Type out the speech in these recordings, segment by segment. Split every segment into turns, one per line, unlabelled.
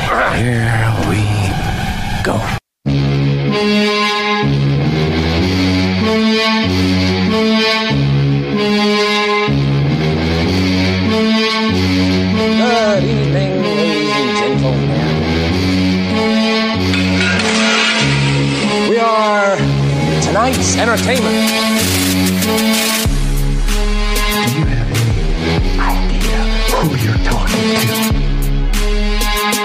Here we go.
Good evening, ladies and gentlemen. We are tonight's entertainment.
Do you have any idea who you're talking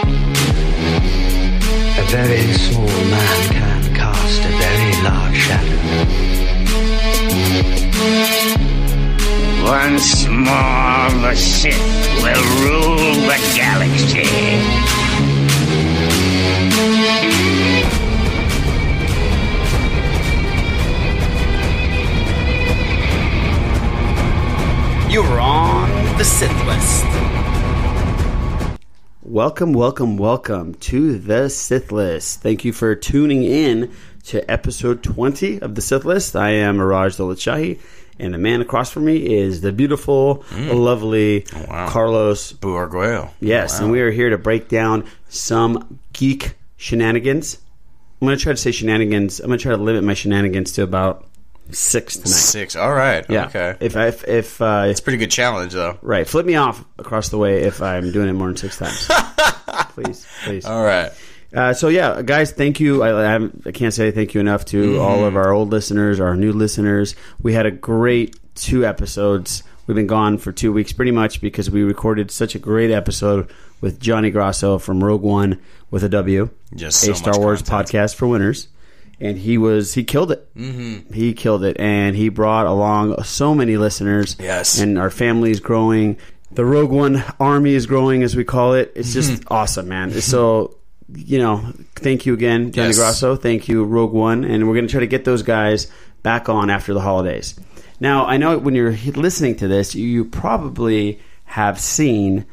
to? A very small man can cast a very large shadow.
Once more, the Sith will rule the galaxy. You're on the Sith list.
Welcome, welcome, welcome to the Sith List. Thank you for tuning in to episode 20 of the Sith List. I am Miraj Dolachahi, and the man across from me is the beautiful,
Mm.
lovely
Oh,
Carlos.
Buarguel.
Yes, and we are here to break down some geek shenanigans. I'm going to try to say shenanigans. I'm going to try to limit my shenanigans to about six tonight.
Six. All right.
Yeah.
Okay.
If I, if, if uh,
Pretty good challenge, though.
right, flip me off across the way if I'm doing it more than six times. please, please.
All right.
Uh, so yeah, guys, thank you. I, I, haven't- I can't say thank you enough to
Mm-hmm.
all of our old listeners, our new listeners. We had a great two episodes. We've been gone for two weeks, pretty much, because we recorded such a great episode with Johnny Grasso from Rogue One with a W,
Just so
a Star
much
Wars
content.
podcast for winners. And he was he killed it. Mm-hmm. He killed it, and he brought along so many listeners.
Yes.
and our family is growing. The Rogue One army is growing, as we call it. It's just
Mm-hmm.
awesome, man. So, you know, thank you again, Johnny
Yes.
Grasso. Thank you, Rogue One. And we're going to try to get those guys back on after the holidays. Now, I know when you're he- listening to this, you probably have seen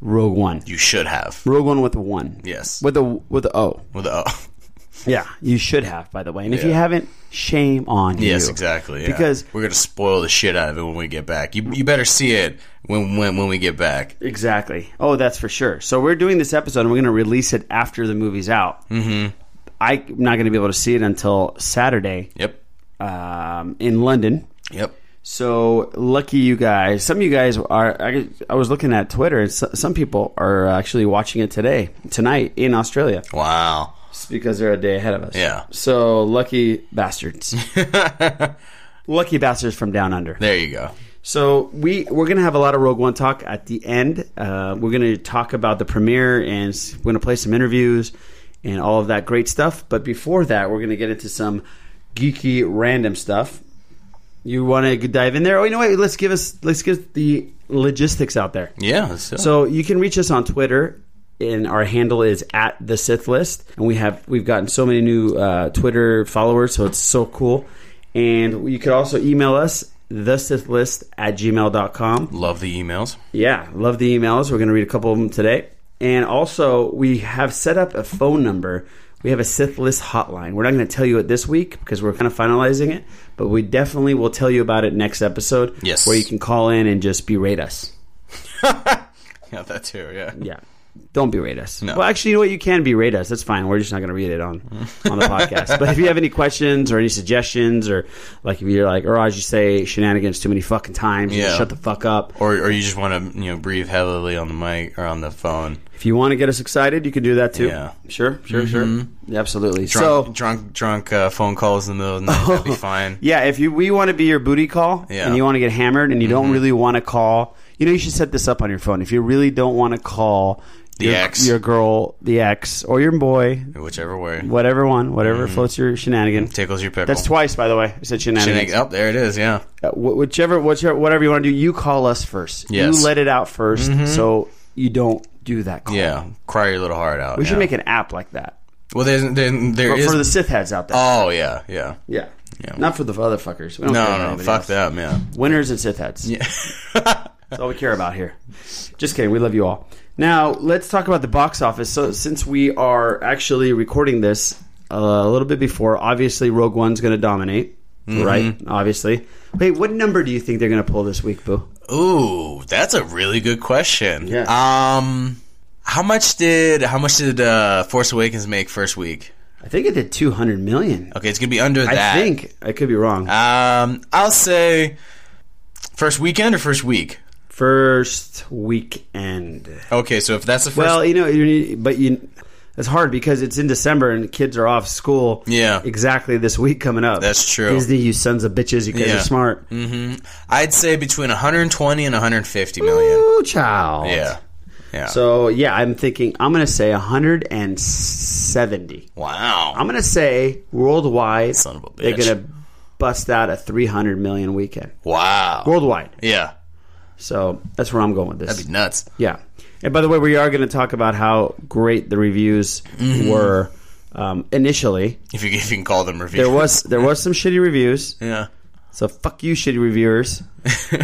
Rogue One.
You should have.
Rogue One with a one.
Yes.
With a with a O.
With oh. a,
Yeah, you should have, by the way. And if you
Yeah.
haven't, shame on you.
yes, exactly. yeah.
Because
we're gonna spoil the shit out of it when we get back. You, you better see it when when when we get back.
Exactly. Oh, that's for sure. So we're doing this episode, and we're going to release it after the movie's out. Mm-hmm. I'm not going to be able to see it until Saturday
Yep.
um, in London.
Yep.
So lucky you guys. Some of you guys are. I, I was looking at Twitter, and so, some people are actually watching it today, tonight in Australia,
Wow.
It's because they're a day ahead of us.
Yeah.
So lucky bastards. lucky bastards from down under.
There you go.
So we we're gonna have a lot of Rogue One talk at the end. Uh, we're gonna talk about the premiere and s- we're gonna play some interviews and all of that great stuff. But before that, we're gonna get into some geeky random stuff. You want to dive in there? Oh, you know what? Let's give us let's give the logistics out there.
Yeah. So,
So you can reach us on Twitter, and our handle is at the Sith List. And we have we've gotten so many new uh, Twitter followers, so it's so cool. And you could also email us the Sith List at gmail.com.
love the emails.
Yeah, love the emails. We're going to read a couple of them today. And also, we have set up a phone number. We have a Sith List hotline. We're not going to tell you it this week because we're kind of finalizing it, but we definitely will tell you about it next episode.
Yes.
Where you can call in and just berate us.
Yeah, that too. Yeah.
Yeah. Don't berate us.
No.
Well, actually, you know what? You can berate us. That's fine. We're just not going to read it on on the podcast. But if you have any questions or any suggestions, or like if you're like, or as you say, shenanigans too many fucking times, you
Yeah.
shut the fuck up.
Or or you just want to you know breathe heavily on the mic or on the phone.
If you want to get us excited, you can do that too.
Yeah. Mm-hmm.
Sure, sure, sure. Yeah, absolutely.
Drunk,
so,
drunk, drunk uh, phone calls in the middle of the night. That'd be fine.
yeah, if you we want to be your booty call
Yeah. Mm-hmm.
and you want to get hammered and you don't really want to call, you know, you should set this up on your phone. If you really don't want to call
The
your,
ex.
your girl, the ex, or your boy,
Whichever way
whatever one, whatever
Mm-hmm.
floats your shenanigan.
tickles your pickle.
That's twice, by the way. I said shenanigans.
Shenanigans. Oh, there it is. Yeah.
Uh, wh- whichever, whichever, whatever you want to do, you call us first.
Yes. Mm-hmm.
You let it out 1st so you don't do that call.
Yeah, cry your little heart out.
We
yeah.
should make an app like that
Well, there's, there, there
but
is.
for the Sith heads out there.
oh yeah, yeah.
yeah.
yeah.
Not for the other fuckers. We don't care
No,
about
no,
anybody
fuck
else.
them. Yeah,
Winners and Sith heads. Yeah. That's all we care about here. Just kidding. We love you all. Now, let's talk about the box office. So, since we are actually recording this uh, a little bit before, obviously Rogue One's going to dominate, right? Obviously. Wait, what number do you think they're going to pull this week, Boo?
Ooh, that's a really good question.
Yeah.
Um, How much did how much did uh, Force Awakens make first week?
I think it did 200 million.
Okay, it's gonna be under
I
that.
think I could be wrong.
Um, I'll say first weekend or first week.
First weekend.
Okay, so if that's the first,
Well, you know, you need, but you it's hard because it's in December and kids are off school.
Yeah.
exactly this week coming up.
That's true.
Disney, you sons of bitches, you guys
Yeah. Mm,
are smart.
mm-hmm, I'd say between 120 and 150 million.
Ooh, child.
Yeah, yeah.
So yeah, I'm thinking I'm gonna say 170.
wow.
I'm gonna say worldwide,
Son of a
they're
bitch.
gonna bust out a 300 million weekend
wow.
worldwide.
yeah,
So that's where I'm going with this.
that'd be nuts.
Yeah. And by the way, we are going to talk about how great the reviews
Mm-hmm.
were um, initially.
If you, if you can call them reviews.
There was there was some shitty reviews.
yeah.
So fuck you, shitty reviewers.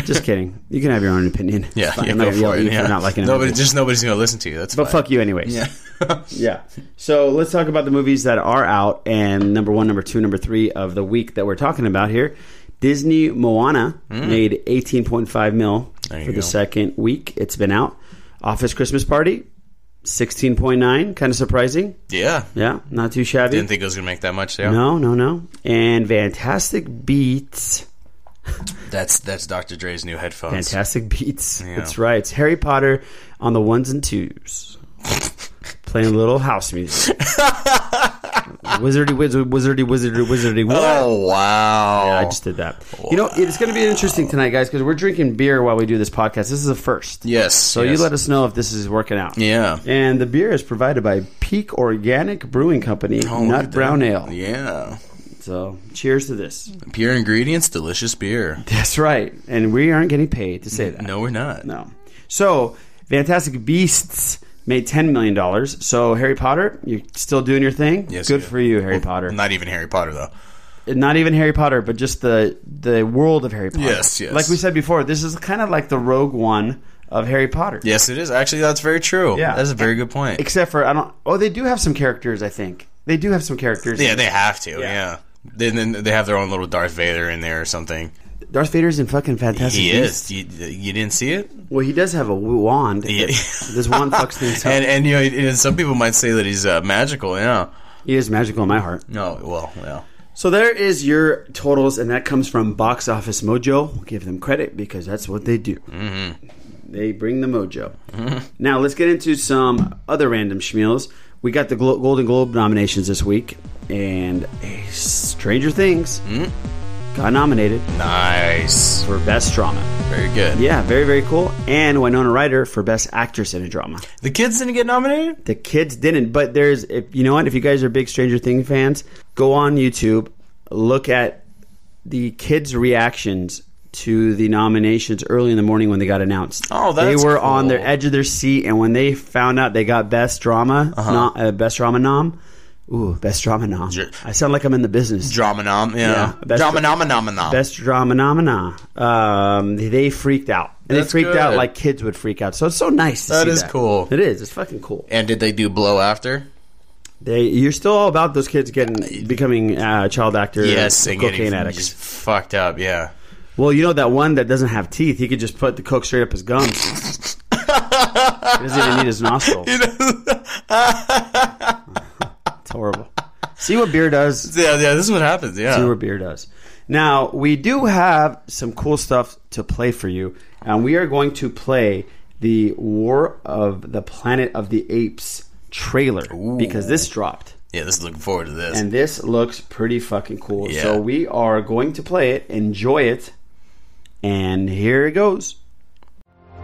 Just kidding. You can have your own opinion. It's
Yeah,
fine.
yeah,
I'm not
go
gonna yell
for
at you
it.
for
Yeah.
not liking it.
Nobody, just nobody's gonna listen to you. That's
but
fine.
fuck you anyways.
Yeah.
Yeah. So let's talk about the movies that are out and number one, number two, number three of the week that we're talking about here. Disney Moana made 18.5 mil
Mm. There
for
you
the
go.
second week it's been out. Office Christmas Party, 16.9, kind of surprising.
yeah.
Yeah, not too shabby.
Didn't think it was gonna make that much. Yeah.
no, no, no. And Fantastic Beats.
That's that's Dr. Dre's new headphones.
Fantastic Beats. That's right. It's Harry Potter on the ones and twos. Playing a little house music. wizardy, wizard, wizardy, wizardy, wizardy. What?
Oh wow.
I just did that. You know, it's going to be interesting tonight, guys, because we're drinking beer while we do this podcast. This is a first.
yes.
So you let us know if this is working out.
Yeah.
And the beer is provided by Peak Organic Brewing Company,
Oh, look
Nut
at
Brown
that.
Ale.
Yeah.
So cheers to this.
Pure ingredients, delicious beer.
That's right. And we aren't getting paid to say that.
No, we're not.
No. So, Fantastic Beasts made $10 million. So, Harry Potter, you're still doing your thing?
Yes,
Good
yeah.
for you, Harry
Well,
Potter. Not,
Not even Harry Potter though.
even Harry Potter, but just the, the world of Harry Potter.
Yes, yes.
Like we said before, this is kind of like the Rogue One of Harry Potter.
Yes, it is. Actually, that's very true.
Yeah.
That's a very good point.
Except for, I don't. Oh, they do have some characters, I think. They do have some characters.
Yeah, they have to. Yeah. Then, then they have their own little Darth Vader in there or something.
Darth Vader's in fucking Fantastic
He
Beasts.
is. You, you didn't see it?
Well, he does have a wand.
Yeah.
This wand fucks things up.
And and you know, and some people might say that he's uh, magical. Yeah.
he is magical in my heart.
No. Well. Yeah.
So there is your totals, and that comes from Box Office Mojo. We'll give them credit because that's what they do. Mm-hmm. They bring the mojo. Now let's get into some other random schmeals. We got the Glo- Golden Globe nominations this week, and eh, Stranger Things got nominated
Nice.
for Best Drama.
Very good.
Yeah, very very cool. And Winona Ryder for Best Actress in a Drama.
The kids didn't get nominated.
The kids didn't, but there's if you know what, if you guys are big Stranger Things fans, go on YouTube, look at the kids' reactions to the nominations early in the morning when they got announced.
Oh,
they
that's
were on their
cool.
edge of their seat, and when they found out they got best drama, no- uh, best drama nom, ooh, best drama nom.
Uh-huh. Dr-
I sound like I'm in the business.
Drama nom. Yeah.
Yeah, that's-
Drama nom nom nom.
Best drama nomina. Um, they freaked out. And
That's
they freaked out
good.
like kids would freak out. So it's so nice to
That
see
is cool.
It is. It's fucking cool.
And did they do blow after?
They, you're still all about those kids getting becoming uh, child actors,
Yes, and
cocaine
getting
addicts.
just fucked up. Yeah.
Well, you know that one that doesn't have teeth. He could just put the coke straight up his gums. he doesn't even need his nostrils. it's horrible. See what beer does.
Yeah. Yeah. This is what happens.
See
Yeah.
what beer does. Now we do have some cool stuff to play for you, and we are going to play the War of the Planet of the Apes trailer because this dropped.
Yeah. This is looking forward to this.
And this looks pretty fucking cool.
Yeah.
So we are going to play it, enjoy it, and here it goes.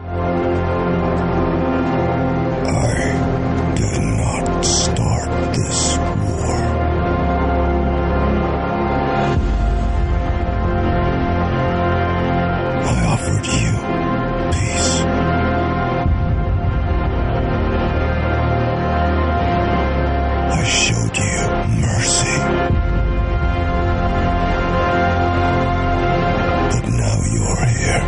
I did not start this war. I offered you peace. I showed you mercy. But now you're here.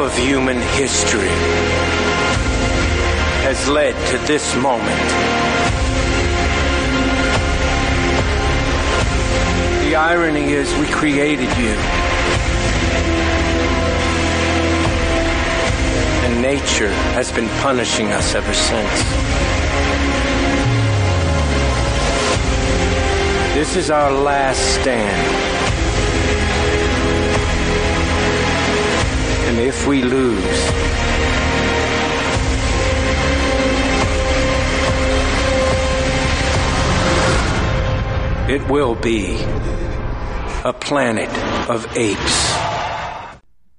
of human history has led to this moment. The irony is, we created you. And nature has been punishing us ever since. This is our last stand. And if we lose, it will be a planet of apes.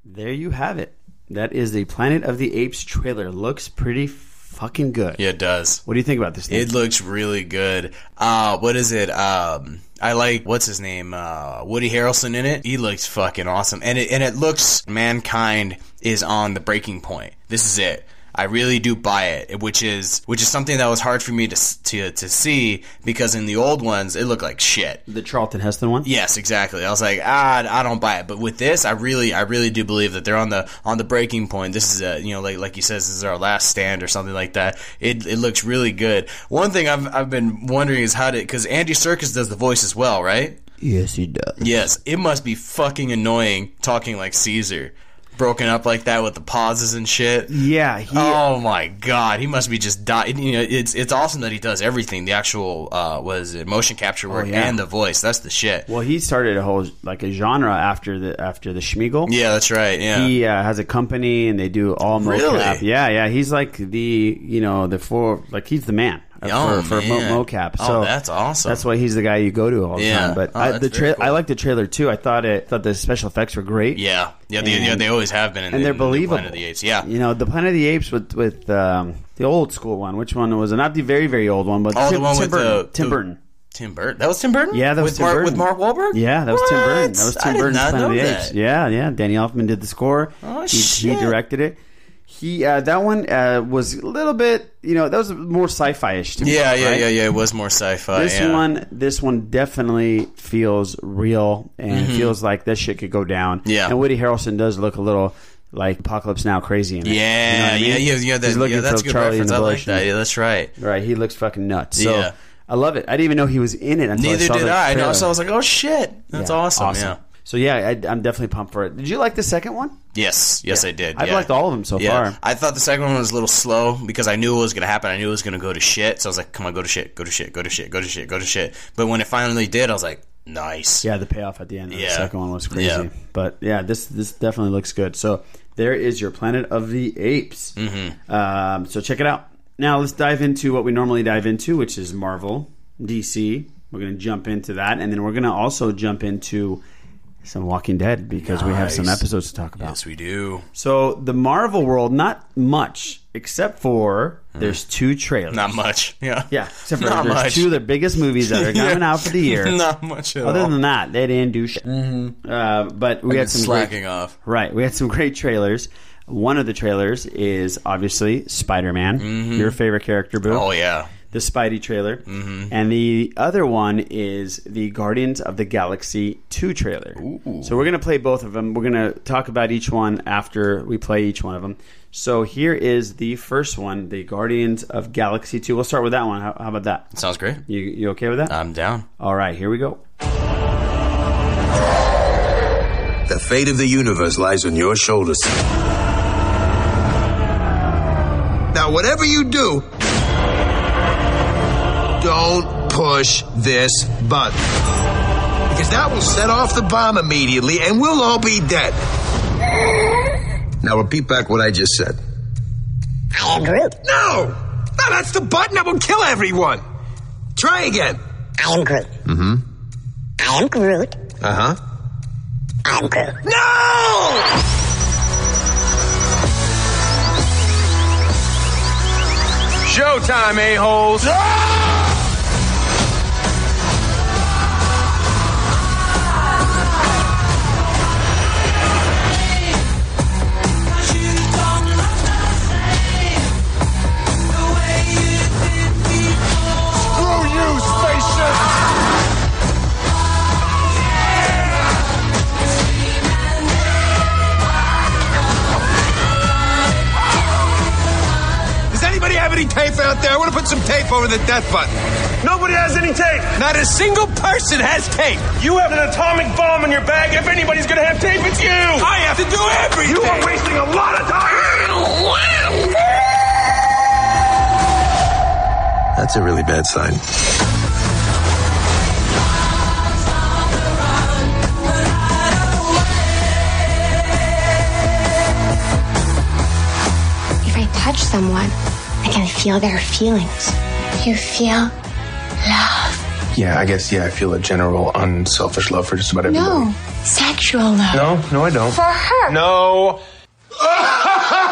There you have it. That is the Planet of the Apes trailer. Looks pretty fucking good.
Yeah, it does.
What do you think about this? Thing?
It looks really good. Uh, what is it? Um, I like what's his name? Uh, Woody Harrelson in it. He looks fucking awesome, and it and it looks mankind is on the breaking point. This is it. I really do buy it, which is which is something that was hard for me to s- to to see because in the old ones it looked like shit.
the Charlton Heston one.
Yes, exactly. I was like, ah, I don't buy it. But with this, I really, I really do believe that they're on the on the breaking point. This is a, you know, like like you says, this is our last stand or something like that. It, it looks really good. One thing I've I've been wondering is how to because Andy Circus does the voice as well, right?
Yes, he does.
Yes, it must be fucking annoying talking like Caesar, broken up like that with the pauses and shit.
Yeah, he.
Oh my god, he must be just dying. You know, it's it's awesome that he does everything. The actual uh, was it motion capture work
Oh, yeah.
and the voice. That's the shit.
Well, he started a whole like a genre after the after the Schmiegel.
Yeah, that's right. Yeah.
He uh, has a company and they do all mocap.
Really?
Yeah, yeah. He's like the you know the four like he's the man uh,
Oh,
for, for mo-
man.
mocap.
Oh,
So
that's awesome.
That's why he's the guy you go to all the
Yeah.
time. But
Oh,
I,
that's
the
very
tra- I
cool.
like the trailer too. I thought it thought the special effects were great.
Yeah, yeah, they,
And-
yeah, they always have been, in,
and they're
in the Planet
believable.
of the Apes, yeah.
You know, the Planet of the Apes with with um, the old school one. Which one was it? Not the very very old one, but
Oh,
Tim,
the one
Tim
with
Burton.
the
Tim
the-
Burton.
Tim Burton. That was Tim Burton.
Yeah, that was
with
Tim
Mark,
Burton.
with Mark Wahlberg.
Yeah, that was Tim Burton. That
What?
was
I
Tim
did
Burton's
not
Planet of
know
the Apes.
that.
Yeah, yeah. Danny Elfman did the score.
Oh,
he,
shit.
he directed it. He uh, that one uh, was a little bit, you know, that was more sci-fi-ish to me.
Yeah, yeah,
right?
yeah, yeah. It was more sci-fi.
This
yeah.
one, this one definitely feels real and feels like this shit could go down.
Mm-hmm. Yeah.
and Woody Harrelson does look a little like Apocalypse Now crazy. In it. You know what
Yeah,
I mean?
yeah, yeah, yeah.
He's
That,
looking
yeah that's
for
good
Charlie and
reference.
the
I like
Bush
that.
and-
Yeah, that's right.
Right, he looks fucking nuts. So
Yeah.
I love it. I didn't even know he was in it. Until
Neither
I saw
did
the
I. No,
trailer.
so I was like, oh shit, that's
Yeah,
awesome. Yeah.
So yeah, I, I'm definitely pumped for it. Did you like the second one?
Yes, yes, I did.
I've
yeah.
liked all of them so
Yeah,
far.
I thought the second one was a little slow because I knew what was going to happen. I knew it was going to go to shit. So I was like, come on, go to shit, go to shit, go to shit, go to shit, go to shit. But when it finally did, I was like, nice.
Yeah, the payoff at the end of the
Yeah.
second one was crazy.
Yeah.
But yeah, this this definitely looks good. So there is your Planet of the Apes. Mm-hmm. Um, so check it out. Now let's dive into what we normally dive into, which is Marvel, DC. We're going to jump into that, and then we're going to also jump into some Walking Dead because we have some
Nice.
episodes to talk about.
Yes, we do.
So the Marvel world, not much except for
Hmm.
there's two trailers.
Not much. Yeah.
Yeah, except for
Not
there's
much.
two of the biggest movies that are coming out for the year.
Not much at
Other
all.
than that, they didn't do shit. Uh, but we had
It's
some
slacking
great,
off.
right. We had some great trailers. One of the trailers is obviously Spider-Man, your favorite character, Boo.
Mm-hmm. Oh yeah.
The Spidey trailer, mm-hmm. and the other one is the Guardians of the Galaxy Two trailer. So we're gonna play both of them. We're gonna talk about each one after we play each one of them. So here is the first one, the Guardians of Galaxy Two. We'll start with that one. How, how about that?
Sounds great.
You you okay with that?
I'm down.
All right, here we go.
The fate of the universe lies on your shoulders. Now, whatever you do, don't push this button. Because that will set off the bomb immediately and we'll all be dead. Now, repeat back what I just said. I am Groot. No! No, that's the button that will kill everyone! Try again.
I am Groot. Mm-hmm. I am Groot.
Uh huh.
I am Groot.
No! Showtime, a-holes! put some tape over the death button.
Nobody has any tape.
Not a single person has tape.
You have an atomic bomb in your bag. If anybody's going to have tape, it's you.
I have to do everything.
you are wasting a lot of time.
That's a really bad sign.
If I touch someone, I can feel their feelings. You feel love.
Yeah, I guess, yeah, I feel a general unselfish love for just about everybody.
No, sexual love.
No, no, I don't.
For her.
No.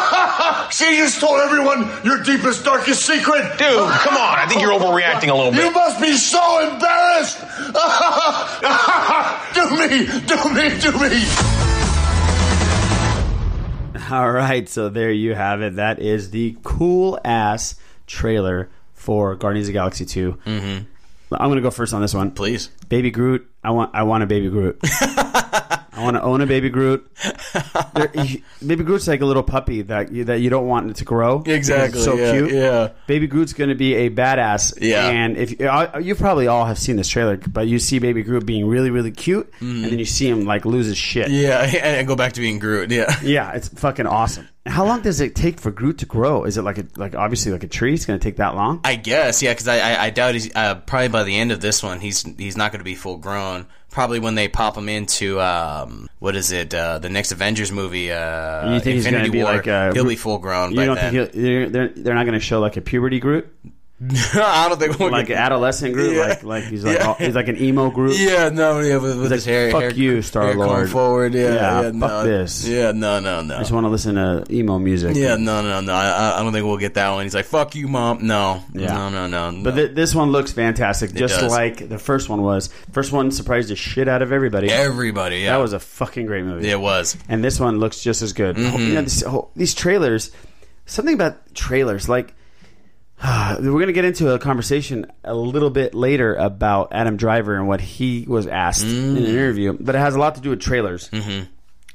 She just told everyone your deepest, darkest secret.
Dude, come on. I think you're overreacting a little bit.
must be so embarrassed. do me, do me, do me.
All right, so there you have it. That is the cool ass trailer for Guardians of the Galaxy 2. Mm-hmm. I'm gonna go first on this one.
Please.
Baby Groot. I want. I want a baby Groot. I want to own a baby Groot. There- he- baby Groot's like a little puppy that you, that you don't want it to grow.
Exactly,
It's so
yeah,
cute.
yeah.
Baby Groot's going to be a badass.
Yeah.
And if I- you probably all have seen this trailer, but you see Baby Groot being really really cute,
Mm-hmm.
and then you see him like lose his shit.
Yeah, and go back to being Groot. Yeah.
Yeah, it's fucking awesome. How long does it take for Groot to grow? Is it like a like obviously like a tree? It's going to take that long.
I guess, yeah, because I, I, I doubt he's uh, probably by the end of this one he's he's not going to be full grown. Probably when they pop him into um, what is it uh, the next Avengers movie? Uh,
You think he's
Infinity
gonna be
War,
like, uh,
he'll be full grown
You
by
don't
then.
think he'll, they're, they're they're not going to show like a puberty Groot?
I don't think we're
like an
gonna-
adolescent group,
Yeah.
like like he's like
Yeah.
all, he's like an emo group.
Yeah, no, yeah, with, with his hair.
fuck
hair,
you,
hair
Star-Lord.
Going forward, yeah,
Yeah,
yeah,
fuck
no,
this.
Yeah, no, no, no.
I just want to listen to emo music.
Yeah, no, no, no. I, I- I don't think we'll get that one. He's like, "Fuck you, mom." No,
Yeah.
no, no, no. no.
But th- this one looks fantastic, just
does.
like the first one was. First one surprised the shit out of everybody.
everybody, yeah,
That was a fucking great movie.
it was.
and this one looks just as good. You
Mm-hmm.
know, this, oh, these trailers, something about trailers, like we're gonna get into a conversation a little bit later about Adam Driver and what he was asked in an
Mm.
interview, but it has a lot to do with trailers.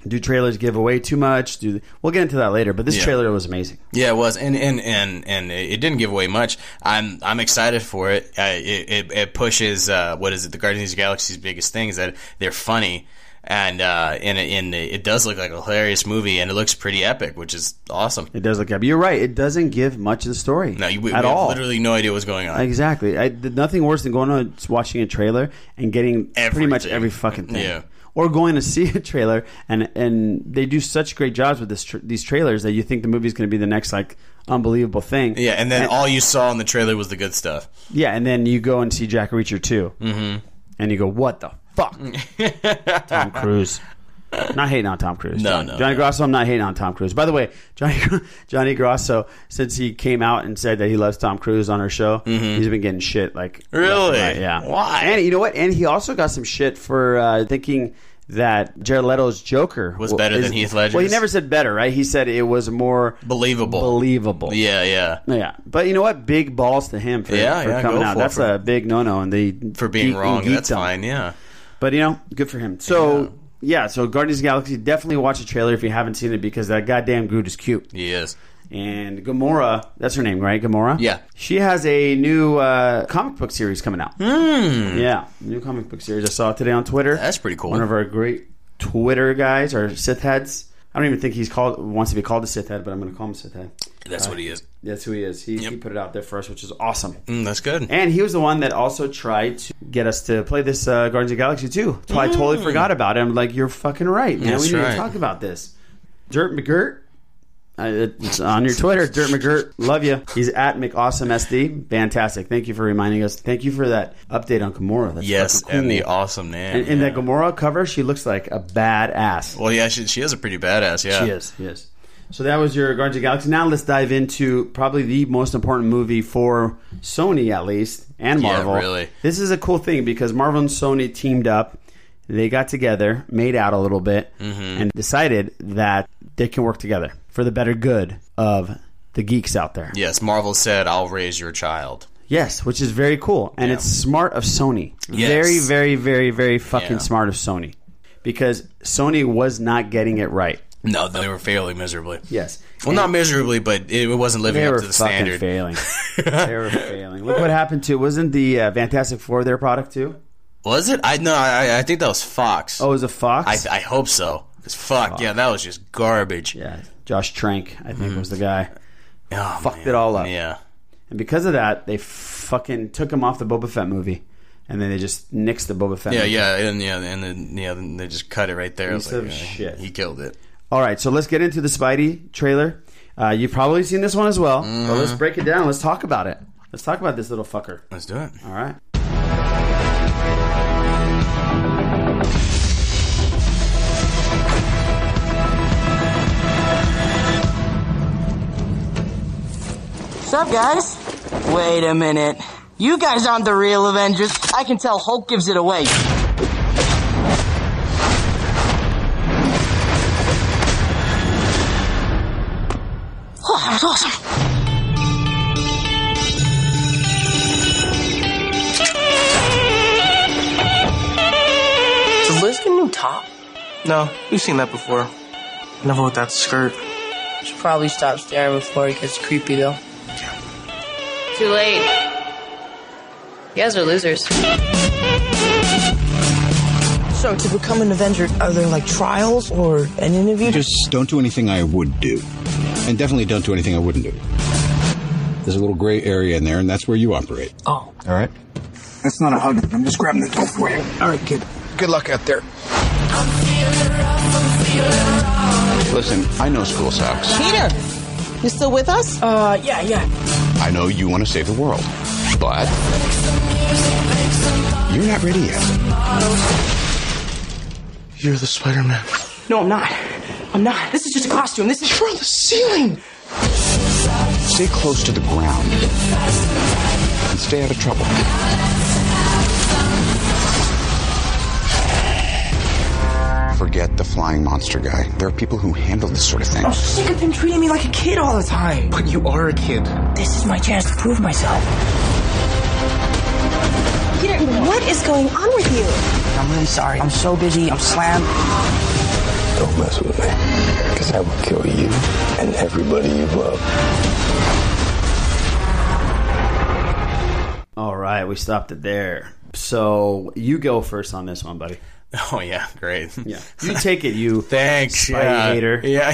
Do trailers give away too much? Do we'll get into that later, but this
Mm-hmm. Yeah.
trailer was amazing.
Yeah, it was, and and and and it didn't give away much. I'm I'm excited for it. Uh, it, it it pushes uh, what is it? The Guardians of the Galaxy's biggest thing is that they're funny, and uh, and it- and it does look like a hilarious movie, and it looks pretty epic, which is awesome.
It does look up. You're right. It doesn't give much of the story
No, you we, we
at
have
all.
literally no idea what's going on.
Exactly. I did nothing worse than going on watching a trailer and getting pretty much
Everything.
every fucking thing.
Yeah.
Or going to see a trailer and and they do such great jobs with this tr these trailers that you think the movie's going to be the next like unbelievable thing.
yeah, and then all you saw in the trailer was the good stuff.
Yeah, and then you go and see Jack Reacher 2. Mm-hmm. And you go, "What the fuck?" Tom Cruise. Not hating on Tom Cruise.
No,
Johnny,
no,
Johnny
no.
Grosso. I'm not hating on Tom Cruise. By the way, Johnny Johnny Grosso, since he came out and said that he loves Tom Cruise on our show, he's been getting shit like left and
Mm-hmm. Really?
right, yeah.
Why?
And you know what? And he also got some shit for uh, thinking that Jared Leto's Joker
Was better than Heath Ledger's?
Well, he never said better, right? He said it was more
Believable.
believable.
yeah, yeah.
Yeah, but you know what? Big balls to him for,
Yeah,
for
yeah,
coming
go
out.
for it,
That's
for-
a big no no, and they
For being
he- he
wrong,
geeked
that's
him.
fine. Yeah.
But you know, good for him. So yeah, so Guardians of the Galaxy. Definitely watch the trailer if you haven't seen it because that goddamn Groot is cute.
He is.
And Gamora, that's her name, right? Gamora.
Yeah.
she has a new uh, comic book series coming out. Yeah, new comic book series. I saw it today on Twitter.
Hmm. That's pretty cool.
One of our great Twitter guys, our Sith heads. I don't even think he's called wants to be called a Sith head, but I'm going to call him a Sith head.
That's what he is.
That's who he is. He, he put it out there for us, which is awesome.
Mm, that's good.
And he was the one that also tried to get us to play this uh, Guardians of the Galaxy 2. So I totally forgot about it. I'm like, you're fucking right, man.
Mm. That's
we need to
right.
talk about this. Dirt McGirt. I- It's on your Twitter, Dirt McGirt. Love you. He's at McAwesomeSD. Fantastic. Thank you for reminding us. Thank you for that update on Gamora. That's
yes,
fucking cool.
and the awesome name.
And, and
yeah.
that Gamora cover, she looks like a badass.
well, yeah, she, she is a pretty badass. Yeah.
She is. She is. So that was your Guardians of the Galaxy. Now let's dive into probably the most important movie for Sony, at least, and
Yeah,
Marvel.
really.
This is a cool thing because Marvel and Sony teamed up. They got together, made out a little bit,
Mm-hmm.
and decided that they can work together for the better good of the geeks out there.
Yes, Marvel said, "I'll raise your child."
Yes, which is very cool. And it's smart of Sony.
Yes.
Very, very, very, very fucking
Yeah.
smart of Sony. Because Sony was not getting it right.
No, they were failing miserably.
Yes.
Well, not miserably, but it wasn't living
They
up
were
to the
fucking
standard.
failing. they were failing. Look what happened to wasn't the uh, Fantastic Four their product too?
Was it? I no, I, I think that was Fox.
Oh, it was a
I,
Fox.
I hope so. 'Cause fuck, yeah, that was just garbage.
yeah, Josh Trank, I think was the guy,
Mm-hmm. Oh,
Fucked
man.
it all up.
Yeah.
and because of that, they fucking took him off the Boba Fett movie, and then they just nixed the Boba Fett.
Yeah,
movie.
yeah, and yeah, and then yeah, then they just cut it right there. I was
Piece of
yeah,
shit.
He killed it.
All right, so let's get into the Spidey trailer. Uh, you've probably seen this one as well,
Mm-hmm.
but let's break it down. Let's talk about it. Let's talk about this little fucker.
Let's do it.
All right.
Sup, guys? Wait a minute. You guys aren't the real Avengers. I can tell Hulk gives it away. Oh, that was awesome.
Does Liz get a new top? No, we've seen that before. Never with that skirt.
Should probably stop staring before it gets creepy, though.
Too late. You guys are losers.
So, to become an Avenger, are there like trials or an interview?
Just don't do anything I would do. And definitely don't do anything I wouldn't do. There's a little gray area in there, and that's where you operate.
Oh.
All right?
That's not a hug. I'm just grabbing the door for you. All right, kid. Good luck out there.
Listen, I know school sucks.
Peter, you still with us? Uh, yeah, yeah.
I know you want to save the world. But you're not ready yet.
You're the Spider Man.
No, I'm not. I'm not. This is just a costume. This is. You're on the ceiling.
Stay close to the ground. And stay out of trouble. Forget the flying monster guy. There are people who handle this sort of thing.
I'm sick of him treating me like a kid all the time. But you are a kid. This is my chance to prove myself.
Peter, what is going on with you?
I'm really sorry. I'm so busy. I'm slammed.
Don't mess with me, because I will kill you and everybody you love.
All right, we stopped it there. So you go first on this one, buddy.
Oh yeah, great.
Yeah, you take it. You
thanks,
Spidey
yeah.
hater.
Yeah,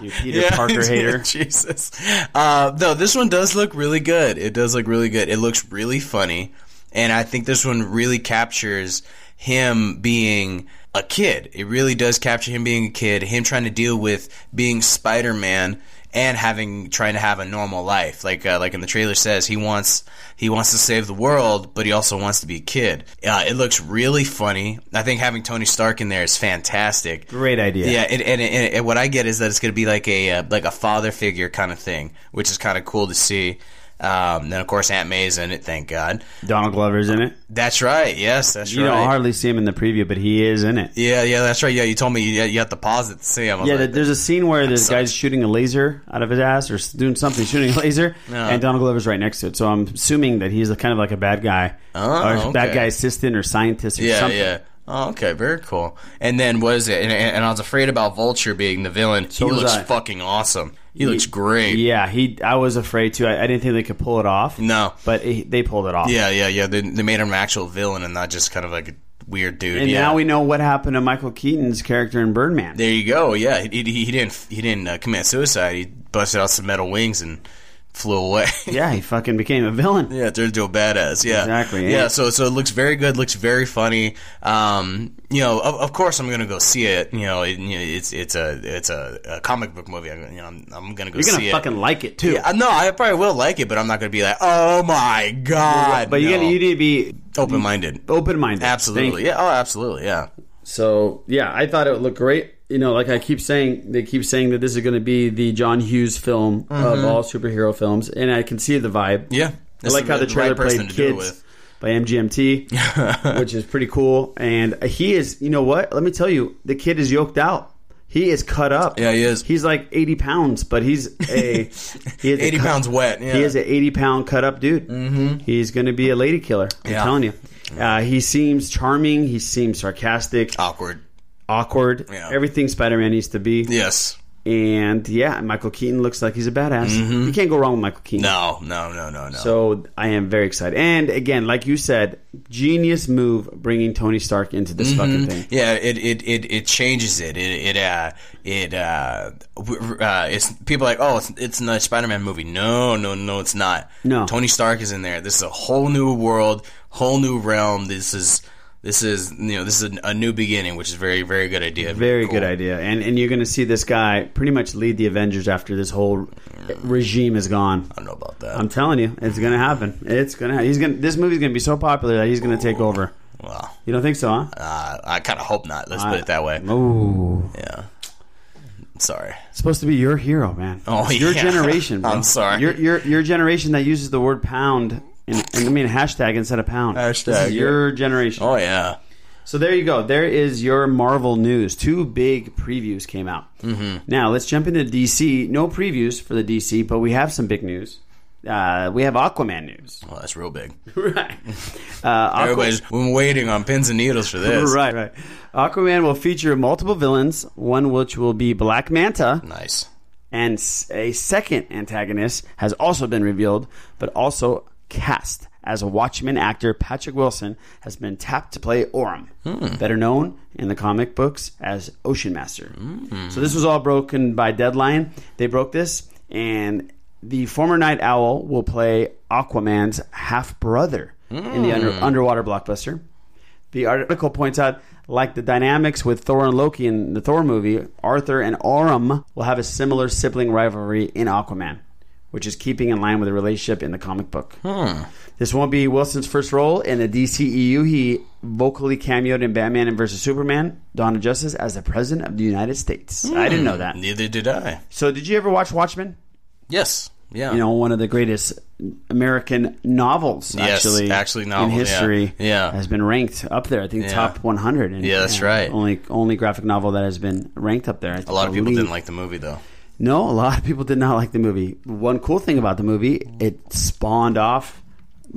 you Peter
Yeah,
Parker
yeah,
hater.
Jesus. Uh, no, this one does look really good. It does look really good. It looks really funny, and I think this one really captures him being a kid. It really does capture him being a kid. Him trying to deal with being Spider Man and having trying to have a normal life. Like uh, like in the trailer says, he wants he wants to save the world, but he also wants to be a kid. Uh, it looks really funny. I think having Tony Stark in there is fantastic.
Great idea.
Yeah, and, and, and, and what I get is that it's going to be like a uh, like a father figure kind of thing, which is kind of cool to see. Um, then of course Aunt May's in it. Thank God.
Donald Glover's in it.
That's right. Yes, that's
You
right.
don't hardly see him in the preview, but he is in it.
yeah, yeah, that's right. Yeah, you told me you, you have to pause it to see him. I was
Yeah,
like,
th- there's a scene where this guy's shooting a laser out of his ass or s- doing something, shooting a laser,
Yeah.
and Donald Glover's right next to it. So I'm assuming that he's a- kind of like a bad guy,
Oh,
or
okay.
bad guy assistant or scientist or
yeah,
something.
yeah. Oh, okay, very cool. And then what is it? And, and, and I was afraid about Vulture being the villain. he
was
looks
I.
fucking awesome. He, looks great.
Yeah, he. I was afraid too. I, I didn't think they could pull it off.
No.
but it, they pulled it off.
Yeah, yeah, yeah. They, they made him an actual villain and not just kind of like a weird dude.
And
yeah.
now we know what happened to Michael Keaton's character in Birdman.
There you go. Yeah, he, he, he didn't he didn't uh, commit suicide. He busted out some metal wings and flew away.
yeah, he fucking became a villain.
yeah, turned into a badass. Yeah,
Exactly,
Yeah,
yeah.
so so it looks very good. Looks very funny. Um, you know, of, of course I'm gonna go see it. You know, it, you know, it's it's a it's a, a comic book movie. I'm, you know, I'm, I'm gonna go
You're gonna
see
fucking
it.
like it too.
Yeah, no, I probably will like it, but I'm not gonna be like, oh my god.
but you
no.
gotta, you Oh, need to be
open minded.
open minded.
Absolutely. Yeah. Oh, absolutely. Yeah.
So yeah, I thought it would look great. You know, like I keep saying, they keep saying that this is going to be the John Hughes film of
Mhm.
all superhero films, and I can see the vibe.
Yeah.
I like
It's
how the
right
trailer
person
played
to do it
"Kids" by MGMT, which is pretty cool. And he is, you know what? Let me tell you, the kid is yoked out. He is cut up.
Yeah, he is.
He's like eighty pounds, but he's a he is a
80
cut-
pounds wet, yeah.
He is an eighty pound cut up dude. Mm-hmm. He's going to be a lady killer. I'm
Yeah.
telling you. Uh, he seems charming. He seems sarcastic
Awkward.
awkward, everything Spider Man needs to be.
Yes.
And yeah, Michael Keaton looks like he's a badass. You can't go wrong with Michael Keaton.
Mm-hmm. No, no, no, no, no.
So I am very excited. And again, like you said, genius move bringing Tony Stark into this fucking
Mhm.
thing.
Yeah, it it, it, it changes it. It it uh it uh, w- uh it's people are like oh it's it's not a Spider-Man movie. No, no, no, it's not.
No.
Tony Stark is in there. This is a whole new world, whole new realm. This is this is you know this is a, a new beginning, which is very very good idea.
Very good idea. And and you're going to see this guy pretty much lead the Avengers after this whole regime is gone. I
don't know about that.
I'm telling you, it's going to happen. It's going to he's going to this movie's going to be so popular that he's going to take over.
Wow.
You don't think so, huh?
Uh, I kind of hope not. Let's
I-
put it that way.
Ooh.
Yeah. Sorry.
It's supposed to be your hero, man.
Oh,
It's your
yeah.
generation. Bro.
I'm sorry.
Your your your generation that uses the word pound and, and I mean hashtag instead of pound. Hashtag.
Hashtag, yeah.
your generation.
Oh yeah.
So there you go. There is your Marvel news. Two big previews came out.
Mm-hmm.
Now let's jump into DC. No previews for the DC, but we have some big news. Uh, we have Aquaman news.
Well, that's real big.
right. Uh, Aqua-
Everybody's been waiting on pins and needles for this.
Right, right. Aquaman will feature multiple villains, one which will be Black Manta.
Nice.
And s- a second antagonist has also been revealed, but also cast as a Watchmen actor, Patrick Wilson has been tapped to play Orim, better known in the comic books as Ocean Master. So this was all broken by Deadline. They broke this, and the former Night Owl will play Aquaman's half brother in the under-
Mm.
underwater blockbuster. The article points out, like the dynamics with Thor and Loki in the Thor movie, Arthur and Aurum will have a similar sibling rivalry in Aquaman, which is keeping in line with the relationship in the comic book. This won't be Wilson's first role in the DCEU. He vocally cameoed in Batman and vs. Superman, Dawn of Justice, as the President of the United States. I didn't know that.
Neither did I.
So, did you ever watch Watchmen?
Yes. Yeah.
You know, one of the greatest American novels,
Yes,
actually,
actually novels,
in
yeah.
history,
Yeah.
has been ranked up there. I think
Yeah.
top 100. And,
Yeah, that's
and
right.
Only only graphic novel that has been ranked up there. I
A lot of people
believe.
didn't like the movie though.
No, a lot of people did not like the movie. One cool thing about the movie, it spawned off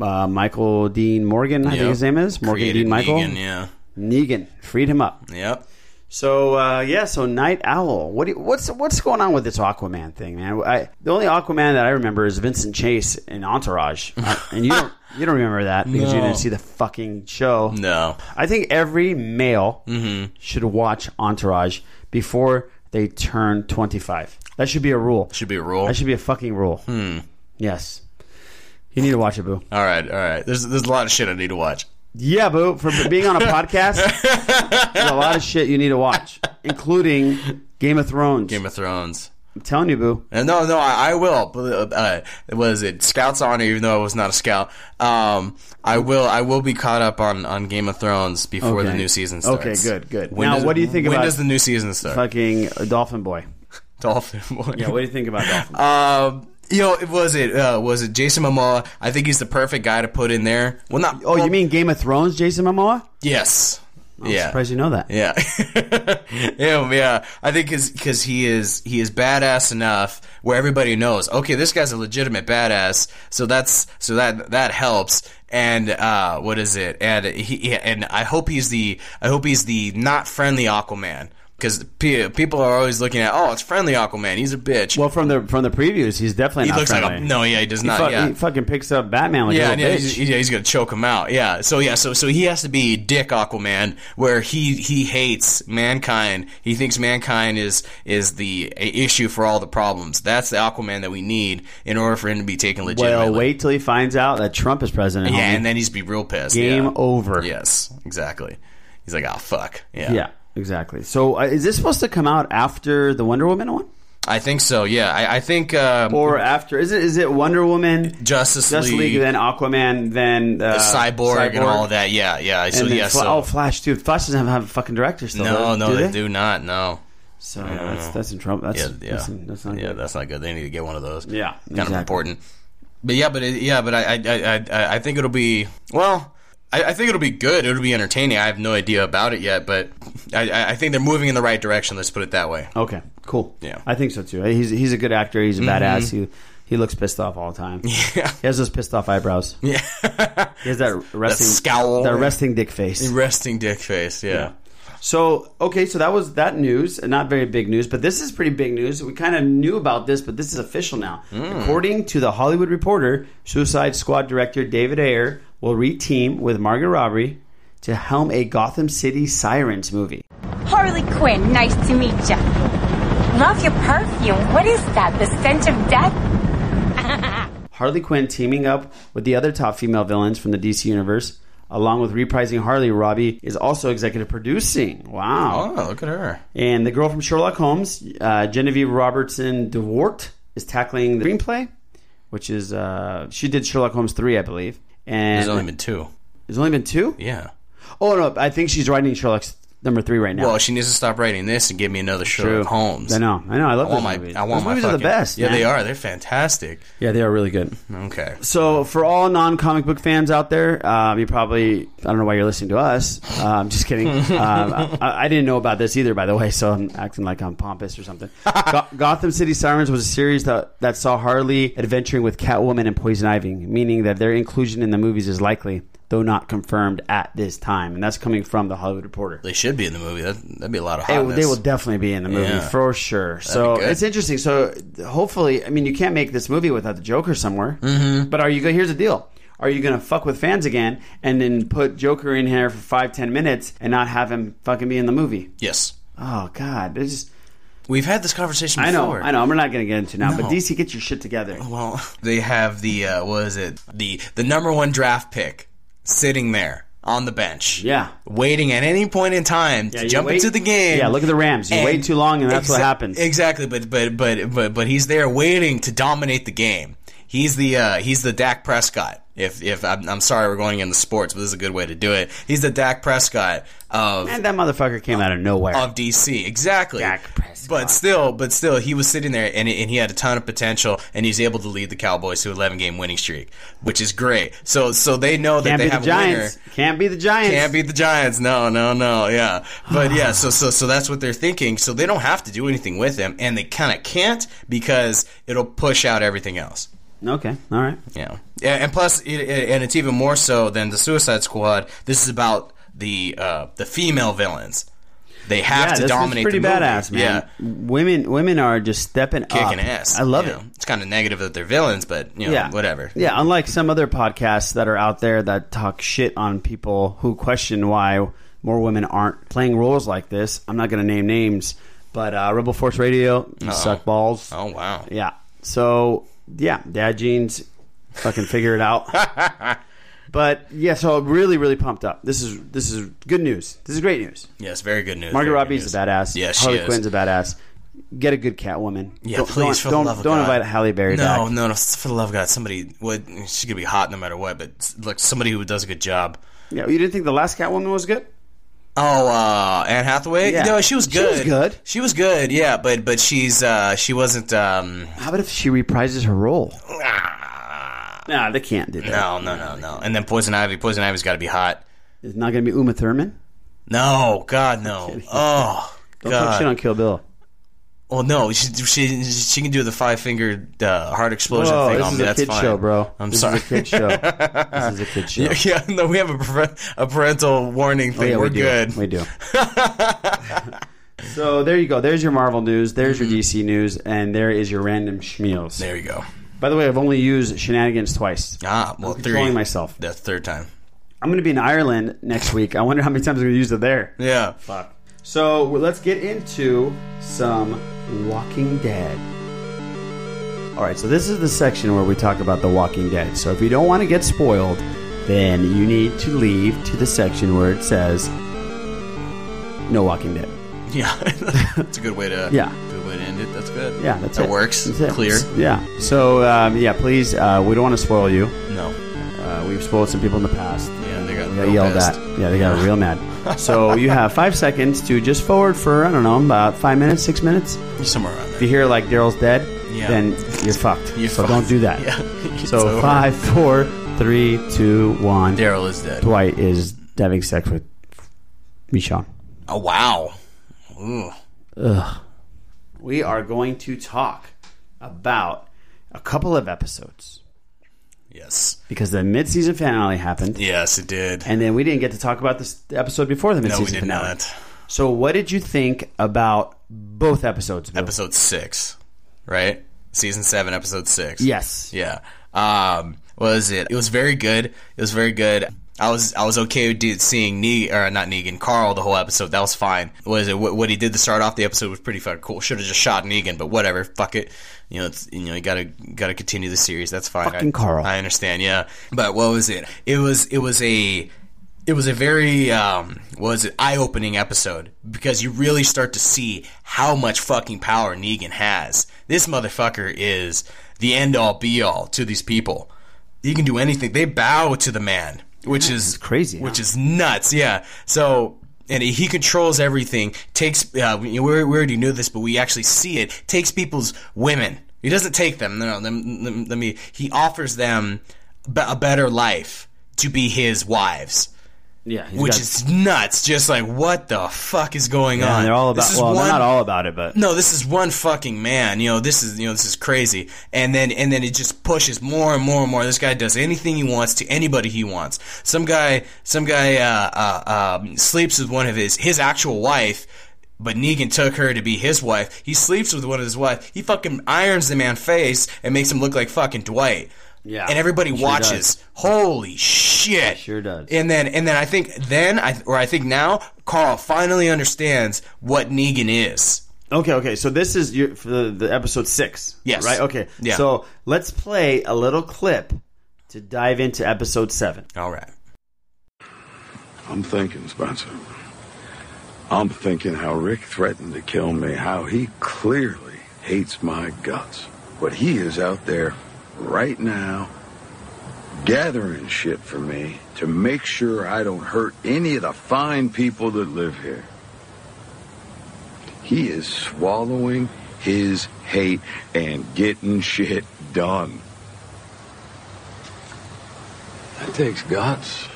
uh, Michael Dean Morgan, I think
Yep.
his name is Morgan
Created
Dean Michael.
Negan, yeah.
Negan freed him up.
Yep.
So uh, yeah, so Night Owl. What do you, what's what's going on with this Aquaman thing, man? I, the only Aquaman that I remember is Vincent Chase in Entourage, and you don't you don't remember that because you
No.
didn't see the fucking show.
No, Mm-hmm.
I think every male should watch Entourage before they turn twenty five. That should be a rule.
Should be a rule.
That should be a fucking rule. Hmm. Yes. You need to watch it, boo.
All right, all right. There's there's a lot of shit I need to watch.
Yeah, boo. For being on a podcast, there's a lot of shit you need to watch, including Game of Thrones. Game
of Thrones.
I'm telling you, boo.
And no, no, I, I will. But, Uh, was it Scouts Honor? Even though I was not a scout, um, I will. I will be caught up on, on Game of Thrones before the
Okay.
new season starts.
Okay, good, good.
When
now,
does-
what do you think
when
about
does the new season start?
Fucking Dolphin Boy.
Dolphin Boy.
Yeah, what do you think about Dolphin?
Um, you know, it was it uh, was it Jason Momoa? I think he's the perfect guy to put in there. Well, not.
Oh, you mean Game of Thrones, Jason Momoa?
Yes.
I'm
yeah.
surprised you know that.
Yeah. Him, yeah. I think because he is he is badass enough where everybody knows, okay, this guy's a legitimate badass. So that's so that that helps. And uh, what is it? And he and I hope he's the I hope he's the not friendly Aquaman because pe- people are always looking at oh it's friendly Aquaman he's a bitch.
Well, from the from the previews, he's definitely
He
not
looks like a-
friendly.
no, yeah, he does not,
fuck-
yeah.
he fucking picks up Batman like
yeah,
a
and
little
yeah,
bitch.
he's, yeah, he's gonna choke him out. Yeah, so yeah, so so he has to be Dick Aquaman, where he he hates mankind. He thinks mankind is is the a- issue for all the problems. That's the Aquaman that we need in order for him to be taken legitimately.
well, wait till he finds out that Trump is president.
yeah,
homie.
and then he's be real pissed.
Game
yeah.
over.
Yes, exactly. He's like, oh fuck. Yeah.
yeah. exactly. So, uh, is this supposed to come out after the Wonder Woman one,
I think so. Yeah, I, I think um,
or after? Is it is it Wonder Woman,
Justice
Justice League,
League,
then Aquaman, then uh,
the cyborg, and all that. Yeah, yeah.
And
So
then
yeah,
Fla-
so-
oh, Flash, dude, Flash doesn't have, have a fucking director still.
No,
does-
no,
do
they?
they?
do not. No. So
that's- that's in trouble. That's- that's in- that's not
yeah, that's not good. They need to get one of those.
Yeah,
kind
exactly.
of important. But yeah, but it, yeah, but I, I- I, I, I, I think it'll be well. I, I think it'll be good. It'll be entertaining. I have no idea about it yet, but I- I, I think they're moving in the right direction. Let's put it that way.
Okay, cool.
Yeah.
I think so too. He's he's a good actor. He's a
Mhm.
badass. He he looks pissed off all the time. Yeah, he has those pissed off eyebrows.
Yeah,
he has that resting
scowl.
that resting dick face.
Resting dick face. Yeah.
So okay, so that was that news. Not very big news, but this is pretty big news. We kind of knew about this, but this is official now.
Mm.
According to the Hollywood Reporter, Suicide Squad director David Ayer will reteam with Margot Robbie to helm a Gotham City Sirens movie.
Harley Quinn, nice to meet you. Love your perfume. What is that? The stench of death?
Harley Quinn teaming up with the other top female villains from the DC universe, along with reprising Harley. Robbie is also executive producing. Wow!
Oh, look at her.
And the girl from Sherlock Holmes, uh, Genevieve Robertson DeWart, is tackling the screenplay, which is uh, she did Sherlock Holmes three, I believe. And
There's only been two.
There's only been two.
Yeah.
Oh no, I think she's writing Sherlock's number three right now.
Well, she needs to stop writing this and give me another Sherlock Holmes.
I know. I know. I love
I
those
want my.
movies.
I want
Those
my
movies are the
fucking-
best,
Yeah, they
man.
are. They're fantastic.
Yeah, they are really good.
Okay.
So, for all non comic book fans out there, um, you probably, I don't know why you're listening to us. Um, just kidding. um, I, I didn't know about this either, by the way, so I'm acting like I'm pompous or something. Go- Gotham City Sirens was a series that, that saw Harley adventuring with Catwoman and Poison Ivy, meaning that their inclusion in the movies is likely, though not confirmed at this time. And that's coming from The Hollywood Reporter.
They should be in the movie. That, that'd be a lot of
They-
hotness.
they will definitely be in the movie
Yeah.
for sure.
That'd
so
be good.
it's interesting. So hopefully, I mean, you can't make this movie without the Joker somewhere.
Mhm.
But are you? go- Here's the deal: Are you going to fuck with fans again and then put Joker in here for five, ten minutes and not have him fucking be in the movie?
Yes.
Oh God, this is.
We've had this conversation.
I know,
before.
I know. We're not going to get into it now,
No. Oh.
but DC, get your shit together.
Well, they have the uh, what is it the the number one draft pick sitting there on the bench,
yeah,
waiting at any point in time to
you
jump
wait-
into the game.
Yeah, look at the Rams. You wait too long, and that's what
Exa-
happens.
Exactly, but but but but but he's there waiting to dominate the game. He's the uh, he's the Dak Prescott. If if I'm, I'm sorry, we're going into sports, but this is a good way to do it. He's the Dak Prescott of
And that motherfucker came out of nowhere.
of DC. Exactly. But still, but still, he was sitting there and, and he had a ton of potential, and he's able to lead the Cowboys to 11 game winning streak, which is great. So so they know that
Can't
they
be the
have a winner.
Giants. Can't be the Giants.
Can't beat the Giants. No, no, no. Yeah, but yeah. So, so, so that's what they're thinking. So they don't have to do anything with him, and they kind of can't because it'll push out everything else.
Okay, all right.
Yeah, Yeah, and plus, it, it- and it's even more so than the Suicide Squad. This is about the uh, the female villains. They have
yeah,
to
this one's
dominate.
pretty
the movie.
badass, man. Women, women are just stepping
Yeah,
up.
kicking ass.
I love
you
it.
know. It's kind of negative that they're villains, but you know,
Yeah.
whatever.
Yeah, unlike some other podcasts that are out there that talk shit on people who question why more women aren't playing roles like this. I'm not going to name names, but uh, Rebel Force Radio, you
Uh-oh.
suck balls.
Oh wow.
Yeah. So yeah, dad jeans, fucking figure it out. but yeah, so I'm really, really pumped up. This is this is good news. This is great news.
Yes, very good news.
Margot
very good
Robbie's
news.
a badass.
Yes, she
Harley
is.
Quinn's a badass. Get a good Catwoman.
Yeah,
Don't- don't
please. for
don't,
the love of
don't
God.
invite Halle Berry
No,
back.
no, no. For the love of God, somebody. What? She's gonna be hot no matter what. But like somebody who does a good job.
Yeah, you didn't think the last Catwoman was good?
Oh, uh, Anne Hathaway.
Yeah.
No, she was
She was
good.
good.
She was good. Yeah, but but she's uh, she wasn't. Um,
How about if she reprises her role? Nah, they can't do that.
no, no, no, no. And then Poison Ivy. Poison Ivy's got to be hot.
It's not going to be Uma Thurman.
No, God, no. Oh,
Don't
God.
talk shit on Kill Bill.
Well, no, she she she can do the five fingered uh, heart explosion
Whoa,
thing.
Oh, this
on
is
me.
a
That's
kid
fine.
show, bro.
I'm
This is
sorry.
a kid show. This is a kid show.
Yeah, yeah, no, we have a, par- a parental warning
Oh,
thing.
yeah,
We're
we do.
good.
We do. So there you go. There's your Marvel news. There's your DC news, and there is your random schmeals.
There you go.
By the way, I've only used shenanigans twice.
Ah, well,
I'm
three.
controlling myself.
The third time.
I'm going to be in Ireland next week. I wonder how many times I'm going to use it there.
Yeah.
Fuck. So well, let's get into some Walking Dead. All right, so this is the section where we talk about The Walking Dead. So if you don't want to get spoiled, then you need to leave to the section where it says No Walking Dead.
Yeah, that's a good way to.
Yeah.
good way to end it. That's good.
Yeah, that's
that
it.
works.
That's it.
Clear.
Yeah. So um, yeah, please, uh, we don't want to spoil you.
No.
Uh, we've spoiled some people in the past.
Yeah, they got
They got
real
yelled
pissed.
at. Yeah, they got real mad. So you have five seconds to just forward for I don't know about five minutes, six minutes,
somewhere around
If you hear like Daryl's dead,
Yeah.
then you're fucked.
You're
so
fucked.
don't do that.
Yeah. It's
So
over.
five, four, three, two, one.
Daryl is dead.
Dwight is having sex with Michonne.
Oh wow. Ooh.
Ugh. We are going to talk about a couple of episodes
Yes.
because the mid-season finale happened.
Yes, it did.
And then we didn't get to talk about this the episode before the
No, we
mid-season
did
finale.
not.
So, what did you think about both episodes? Bill?
Episode six, right? Season seven, episode six.
Yes.
Yeah. Um, what was it? It was very good. It was very good. I was I was okay with dude seeing Ne or not Negan Carl the whole episode. That was fine. Was it what, what he did to start off the episode was pretty fucking cool. Should have just shot Negan, but whatever. Fuck it. You know, it's, you know, you gotta gotta continue the series. That's fine.
Fucking
I,
Carl.
I understand. Yeah, but what was it? It was it was a it was a very um, was it eye opening episode because you really start to see how much fucking power Negan has. This motherfucker is the end all be all to these people. He can do anything. They bow to the man which is
crazy,
which is nuts. Yeah. So and he controls everything. Takes uh, we, we already knew this, but we actually see it. Takes people's women. He doesn't take them. No, no, let me. He offers them a better life to be his wives.
Yeah, he's
which
got-
is nuts. Just like what the fuck is going
Yeah,
on?
they're all
This
about.
is
Well,
one-
they're not all about it, but
no, this is one fucking man. You know, this is you know this is crazy. And then and then it just pushes more and more and more. This guy does anything he wants to anybody he wants. Some guy some guy uh, uh, um, sleeps with one of his his actual wife. But Negan took her to be his wife. He sleeps with one of his wife. He fucking irons the man face and makes him look like fucking Dwight.
Yeah,
And everybody
he sure
watches.
does.
Holy shit!
sure does.
And then, and then I think then, I, or I think now, Carl finally understands what Negan is.
Okay, okay. So this is your for the, the episode six.
Yes.
Right. Okay.
Yeah.
So let's play a little clip to dive into episode seven.
All right.
I'm thinking, Spencer. I'm thinking how Rick threatened to kill me, how he clearly hates my guts. But he is out there right now gathering shit for me to make sure I don't hurt any of the fine people that live here. He is swallowing his hate and getting shit done. That takes guts.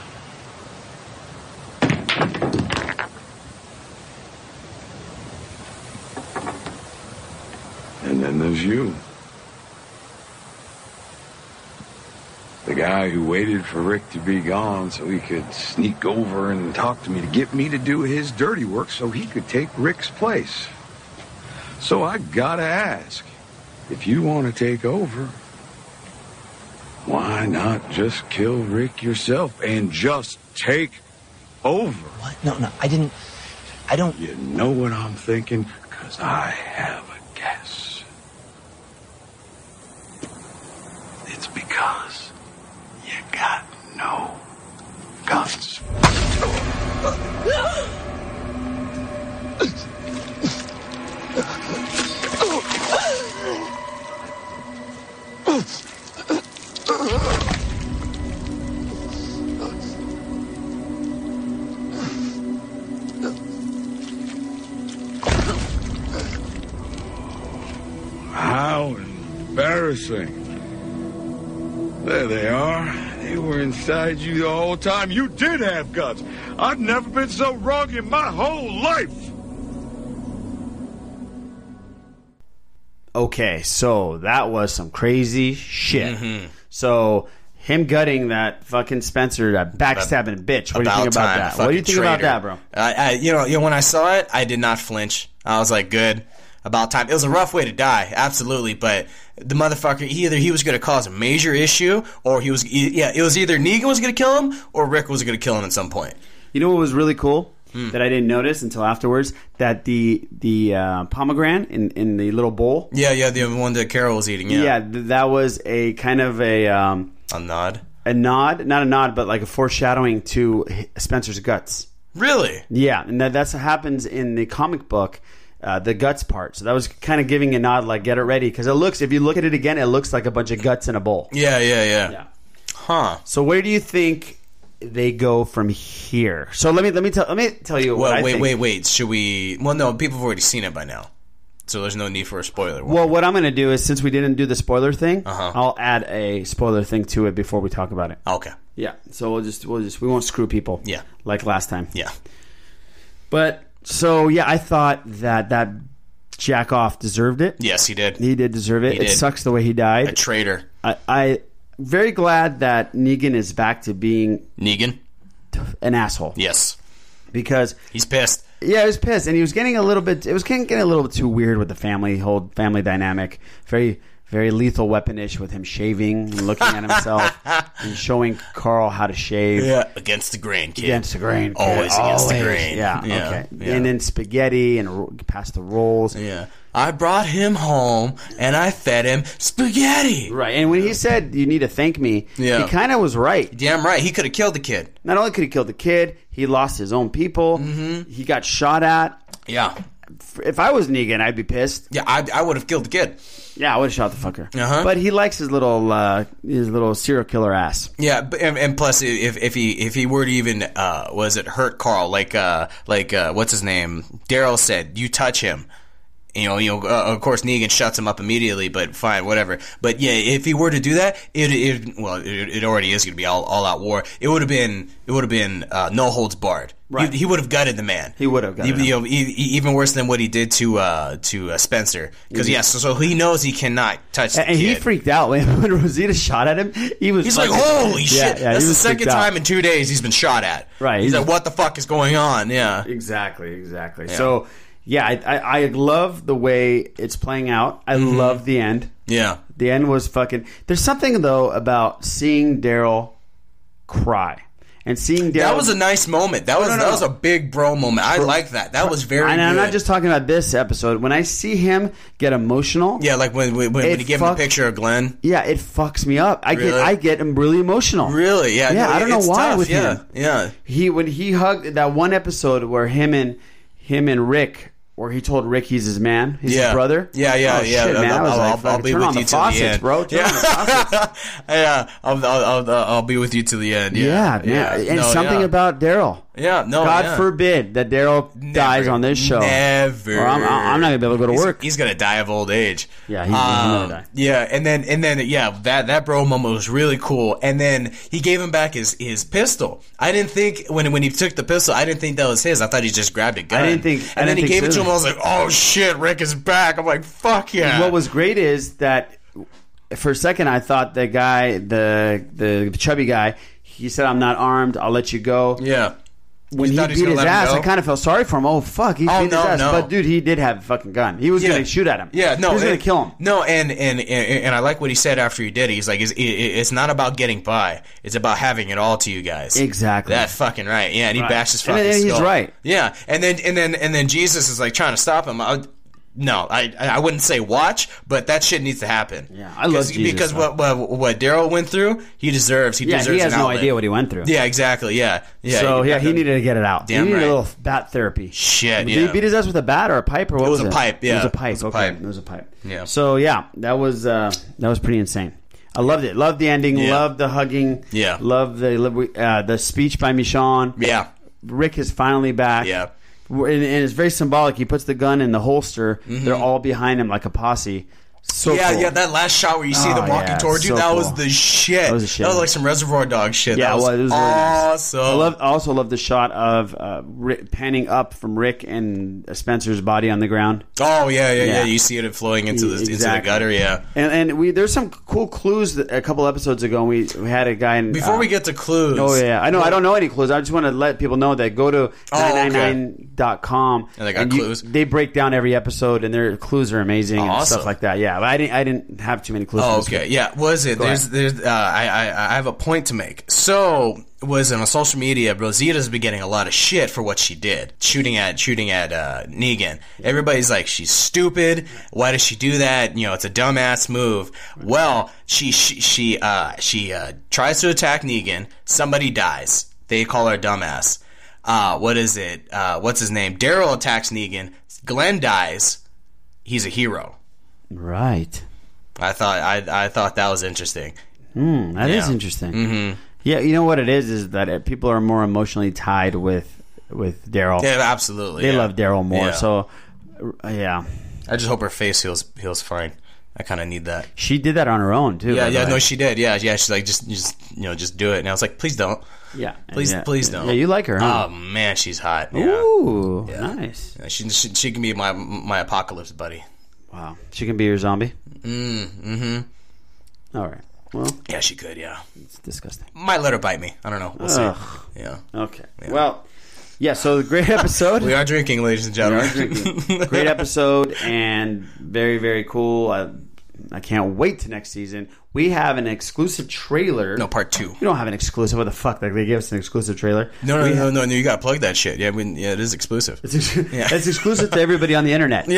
And then there's you. The guy who waited for Rick to be gone so he could sneak over and talk to me to get me to do his dirty work so he could take Rick's place. So I gotta ask if you want to take over, why not just kill Rick yourself and just take over? What?
No, no, I didn't. I don't.
You know what I'm thinking? Because I have a guess. It's because you got no guts. How embarrassing. There they are. They were inside you the whole time. You did have guts. I've never been so wrong in my whole life.
Okay. So that was some crazy shit.
Mm-hmm.
So him gutting that fucking Spencer, that backstabbing bitch. What do you think about
time,
that?
fucking
What do you think about
traitor.
that, bro?
I, I, you know, you know, when I saw it, I did not flinch. I was like, good, about time. It was a rough way to die, absolutely, but the motherfucker, he either he was going to cause a major issue, or he was, e- yeah, it was either Negan was going to kill him, or Rick was going to kill him at some point.
You know what was really cool
Hmm.
that I didn't notice until afterwards that the the uh, pomegranate in, in the little bowl.
Yeah, yeah, the one that Carol was eating.
Yeah,
Yeah,
th- that was a kind of a um,
a nod,
a nod, not a nod, but like a foreshadowing to H- Spencer's guts.
really?
Yeah, and that that's what happens in the comic book, uh, the guts part. So that was kind of giving a nod, like get it ready, because it looks. If you look at it again, it looks like a bunch of guts in a bowl.
Yeah, yeah, yeah. Huh?
So where do you think they go from here? So let me let me tell let me tell you. what
Well,
I
wait,
think.
wait, wait. Should we? Well, no, people have already seen it by now, so there's no need for a spoiler.
Well, what I'm going to do is since we didn't do the spoiler thing,
Uh-huh.
I'll add a spoiler thing to it before we talk about it.
Okay.
Yeah. So we'll just we'll just we won't screw people.
Yeah.
Like last time.
Yeah.
But so yeah, I thought that that jack off deserved it.
Yes, he did.
He did deserve it.
He
it
did.
sucks the way he
A
died.
traitor,
I, I very glad that Negan is back to being
Negan.
an asshole
Yes,
because
he's pissed.
Yeah, he was pissed, and he was getting a little bit. It was getting, getting a little bit too weird with the family whole family dynamic. Very, very lethal weaponish with him shaving and looking at himself and showing Carl how to shave.
Yeah, against the grain, kid.
Against the grain. kid.
Always against the
Always.
grain.
Yeah.
Yeah,
Okay.
yeah.
And then spaghetti and ro- past the rolls.
Yeah. I brought him home and I fed him spaghetti.
Right. And when he said you need to thank me,
Yeah.
he kind of was right.
Damn right. He could have killed the kid.
Not only could he kill the kid, he lost his own people.
Mm-hmm.
He got shot at.
Yeah.
If I was Negan, I'd be pissed.
Yeah, I, I would have killed the kid.
Yeah, I would have shot the fucker.
Uh-huh.
But he likes his little uh, his little serial killer ass.
Yeah, but, and, and plus, i- if if he if he were to even uh, was it hurt Carl like uh like uh what's his name Daryl said you touch him, you know you know uh, of course Negan shuts him up immediately, but fine whatever. But yeah, if he were to do that, it it well it, it already is going to be all all out war. It would have been it would have been uh, no holds barred. Right. He, would have gutted the man.
He would have gutted
You know, e- e- even worse than what he did to uh to uh, Spencer because
Mhm.
yeah, so, so he knows he cannot touch.
And,
the
and he
kid.
freaked out when, when Rosita shot at him. He was
He's like,
fucking-
holy
Yeah,
shit!
yeah, he
That's the
was
second
freaked out.
time in two days he's been shot at.
Right,
He's
he's-
like, what the fuck is going on? Yeah.
Exactly. Exactly.
Yeah.
So yeah, I, I I love the way it's playing out. I
Mm-hmm.
love the end.
Yeah.
The end was fucking. There's something though about seeing Daryl cry and seeing Daryl.
That was a nice moment. That was
no, no.
that was a big bro moment. I like that. That was very.
And I'm
good.
not just talking about this episode. When I see him get emotional,
Yeah, like when when, when
It
he gave him a
fuck-
picture of Glenn.
yeah, it fucks me up. I
Really?
get I get him really emotional.
Really? Yeah.
Yeah,
no,
I don't know
it's
why
tough.
with
yeah.
him.
Yeah.
He when he hugged that one episode where him and him and Rick where he told Rick he's his man, he's
Yeah.
his brother.
Yeah,
oh,
yeah, yeah.
Shit, man,
I'll-
I was
I'll-
like,
I'll
fucking
be
turn
with
on
you
the
till the
faucets,
end.
bro. Turn
Yeah.
on the faucets.
Yeah. I'll, I'll, I'll, I'll be with you to the end. Yeah.
Yeah, man. And
No,
something
yeah.
about Daryl.
Yeah, no,
God
yeah.
forbid that Daryl dies on this show.
Never.
Or I'm, I'm not gonna be able to go to
He's-
work.
He's gonna die of old age. Um,
Yeah, he's- he's gonna die.
Yeah, and then and then yeah, that that bro moment was really cool. And then he gave him back his his pistol. I didn't think when when he took the pistol, I didn't think that was his. I thought he just grabbed a gun.
I didn't think- I
And then
didn't
he
think
gave it
so
to him. I
either.
was like, oh shit, Rick is back. I'm like, fuck yeah.
What was great is that for a second I thought the guy, the the chubby guy, he said, "I'm not armed. I'll let you go."
yeah.
When
You
he
thought he was
beat
gonna
his
let him
ass,
go?
I kind of felt sorry for him. Oh fuck, he
Oh,
beat
no,
his ass.
no.
But dude, he did have a fucking gun. He was
Yeah.
gonna shoot at him.
Yeah, no,
he was gonna
it-
kill him.
No, and and, and and I like what he said after he did it. He's like, it's, it, it's not about getting by; it's about having it all to you guys.
Exactly.
That fucking right. Yeah, and he
Right.
bashed his
And-
fucking.
and he's
skull.
right.
Yeah, and then and then and then Jesus is like trying to stop him. I, no, I I wouldn't say watch, but that shit needs to happen. Yeah,
I love Jesus,
because
though.
what what, what Daryl went through, he deserves. He
Yeah,
deserves.
he has
an
no
outlet.
idea what he went through.
Yeah, exactly. Yeah, yeah.
so yeah, he
that-
needed to get it out. he
Damn
needed
right.
a little bat therapy.
Shit,
Did
Uh, yeah.
he beat his ass with a bat or a pipe or what
It was
was,
a pipe,
It was
yeah.
a pipe.
It was a
okay.
pipe.
It was a pipe.
Yeah.
So yeah, that was uh, that was pretty insane. I loved it. Loved the ending.
Yeah.
Loved the hugging.
Yeah.
Loved the love- uh, the speech by Michonne.
Yeah.
Rick is finally back.
Yeah.
And, and it's very symbolic. He puts the gun in the holster. They're all behind him like a posse. So
Mm-hmm. yeah,
cool.
yeah, that last shot where you see
Oh,
them walking
yeah,
towards you,
so
that was
cool.
the shit.
That was the shit.
like some Reservoir Dog shit.
Yeah,
that was,
well, it was really nice.
awesome.
I love, I also love the shot of uh, Rick, panning up from Rick and Spencer's body on the ground.
Oh yeah, yeah, yeah,
Yeah.
You see it flowing into the into the
Exactly.
gutter. Yeah.
And, and we there's some cool clues that, a couple episodes ago. And we, we had a guy. In,
Before we get to clues,
Oh yeah, I know. I don't know any clues. I just want to let people know that go to
Oh, okay.
999.com
And they got
you-
clues?
they break down every episode, and their clues are amazing and
Awesome.
stuff like that. Yeah, but I didn't. I didn't have too many clues.
Oh
for this
okay,
week.
yeah. Was it?
Go
there's,
ahead.
there's. Uh, I, I, I have a point to make. So was on social media. Rosita's been getting a lot of shit for what she did, shooting at, shooting at uh, Negan. Everybody's like, she's stupid. Why does she do that? You know, it's a dumbass move. Well, she, she, she, uh, she uh, tries to attack Negan. Somebody dies. They call her a dumbass. Uh, what is it? Uh, what's his name? Daryl attacks Negan. Glenn dies. He's a hero.
Right.
I thought I I thought that was interesting.
Hmm. That is
Yeah.
interesting.
Mhm.
Yeah. You know what it is is that it, people are more emotionally tied with with Daryl.
Yeah, absolutely.
They
yeah.
love Daryl more.
Yeah.
So uh, yeah,
I just hope her face heals heals fine. I kind of need that.
she did that on her own too.
yeah,
by the
yeah,
way.
no, she did. Yeah, yeah, she's like just just you know just do it, and I was like, please don't.
Yeah.
please
Yeah.
please don't.
Yeah, you like her, huh?
Oh man, she's hot. Yeah.
Ooh, nice.
Yeah, She, she she can be my my apocalypse buddy.
Wow. She can be your zombie.
Mm mm-hmm.
All right. Well,
Yeah, she could. Yeah,
it's disgusting.
might let her bite me. I don't know. We'll
Ugh.
see. Yeah.
Okay.
Yeah.
Well, Yeah, so great episode.
we are drinking, ladies and gentlemen.
great episode and very very cool. I, I can't wait to next season. We have an exclusive trailer.
No, part two.
We don't have an exclusive. What the fuck? Like they gave us an exclusive trailer.
No, no,
We
no,
have-
no, no. You gotta plug that shit. Yeah, we, yeah, it is exclusive.
It's, It's exclusive to everybody on the internet.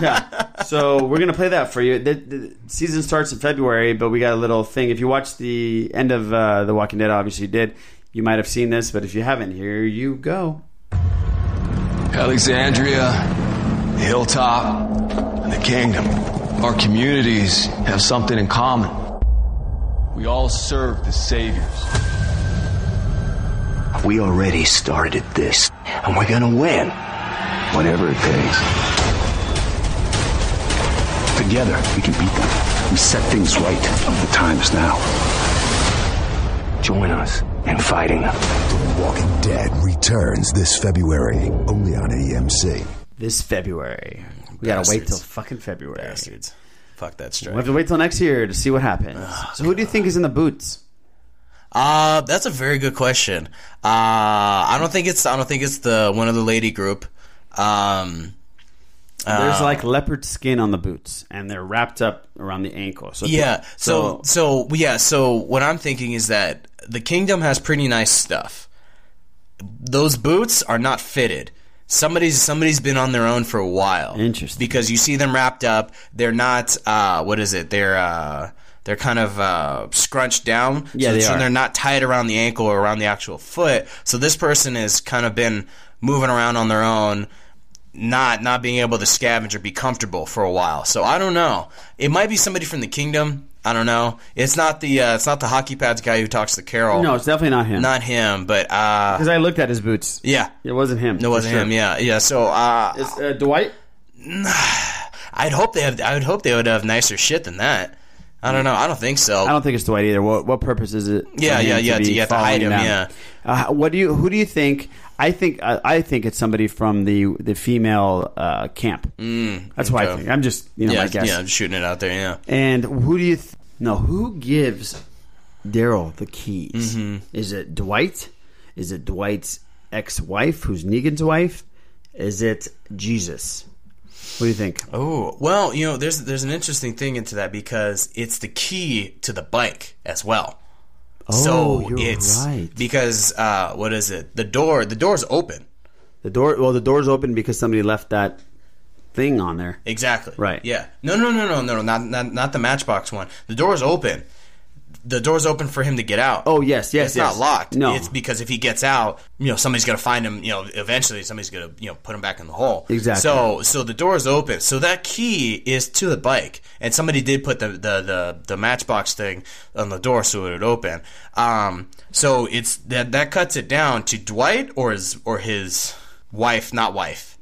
Yeah.
So we're gonna play that for you. The, the season starts in February, but we got a little thing. If you watched the end of uh, The Walking Dead, obviously you did. You might have seen this, but if you haven't, here you go.
Alexandria, Hilltop, and the Kingdom. Our communities have something in common. We all serve the Saviors.
We already started this, and we're gonna win. Whatever it takes.
Together, we can beat them. We set things right. The time is now.
Join us in fighting them.
Walking Dead returns this February, only on AMC.
This February, we gotta wait till
Bastards.
fucking February.
Bastards. Fuck
We
that strike.
have to wait till next year to see what happens.
Oh,
so who do you think is in the boots?
Uh, that's a very good question. Uh, I don't think it's I don't think it's the one of the lady group. Um, uh,
There's like leopard skin on the boots, and they're wrapped up around the ankle. So
yeah. So, so yeah. So what I'm thinking is that the kingdom has pretty nice stuff. Those boots are not fitted. Somebody's somebody's been on their own for a while. Interesting. Because you see them wrapped up. They're not. Uh, what is it? They're. Uh, they're kind of uh, scrunched down,
Yeah,
so,
they
so
are.
they're not tied around the ankle or around the actual foot. So this person has kind of been moving around on their own, not not being able to scavenge or be comfortable for a while. So I don't know. It might be somebody from the kingdom. I don't know. It's not the uh, it's not the hockey pads guy who talks to Carol.
no, it's definitely not him.
not him. But uh,
because I looked at his boots.
yeah,
It wasn't him.
it wasn't him. Yeah, yeah. So uh,
Is uh, Dwight?
I'd hope they have. I would hope they would have nicer shit than that. I don't know. I don't think so.
I don't think it's Dwight either. What what purpose is it? for
Yeah,
him
yeah, yeah,
be
you have to
following
hide him,
them?
yeah.
Uh, what do you? Who do you think? I think I, I think it's somebody from the the female uh, camp.
Mm,
That's why I
okay.
think. I'm just you know
yeah,
my guess.
Yeah, I'm shooting it out there. Yeah.
And who do you? Th- no, who gives Daryl the keys?
Mm-hmm.
Is it Dwight? Is it Dwight's ex-wife, who's Negan's wife? Is it Jesus? What do you think?
Oh well, you know, there's there's an interesting thing into that because it's the key to the bike as well.
Oh, you're right.
because uh, what is it? The door the door's open.
The door. Well, the door's open because somebody left that thing on there.
Exactly.
Right.
Yeah. No, no, no, no, no, not not not the Matchbox one. The door's open. The door's open for him to get out.
Oh yes, yes,
it's
yes.
not locked.
No,
It's because if he gets out, you know, somebody's gonna find him. You know, eventually somebody's gonna you know put him back in the hole.
Exactly.
So so the door is open. So that key is to the bike, and somebody did put the the the, the matchbox thing on the door so it would open. Um. So it's that that cuts it down to Dwight or his or his wife, not wife,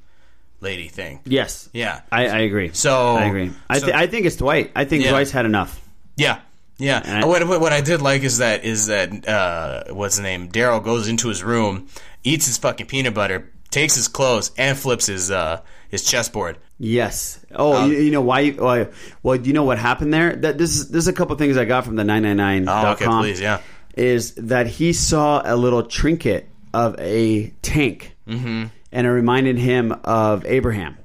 lady thing.
Yes.
Yeah.
I, I agree.
So-
I agree. I,
so-
th- I think it's Dwight. I think
Yeah.
Dwight's had enough.
Yeah. Yeah.
And I-
what, what what I did like is that is that uh what's the name? Daryl goes into his room, eats his fucking peanut butter, takes his clothes, and flips his uh his chessboard.
Yes. Oh,
Um,
you, you know why, why? Well, you know what happened there. That this is this is a couple things I got from the nine nine nine.
Oh, okay, please, yeah.
Is that he saw a little trinket of a tank,
Mhm.
and it reminded him of Abraham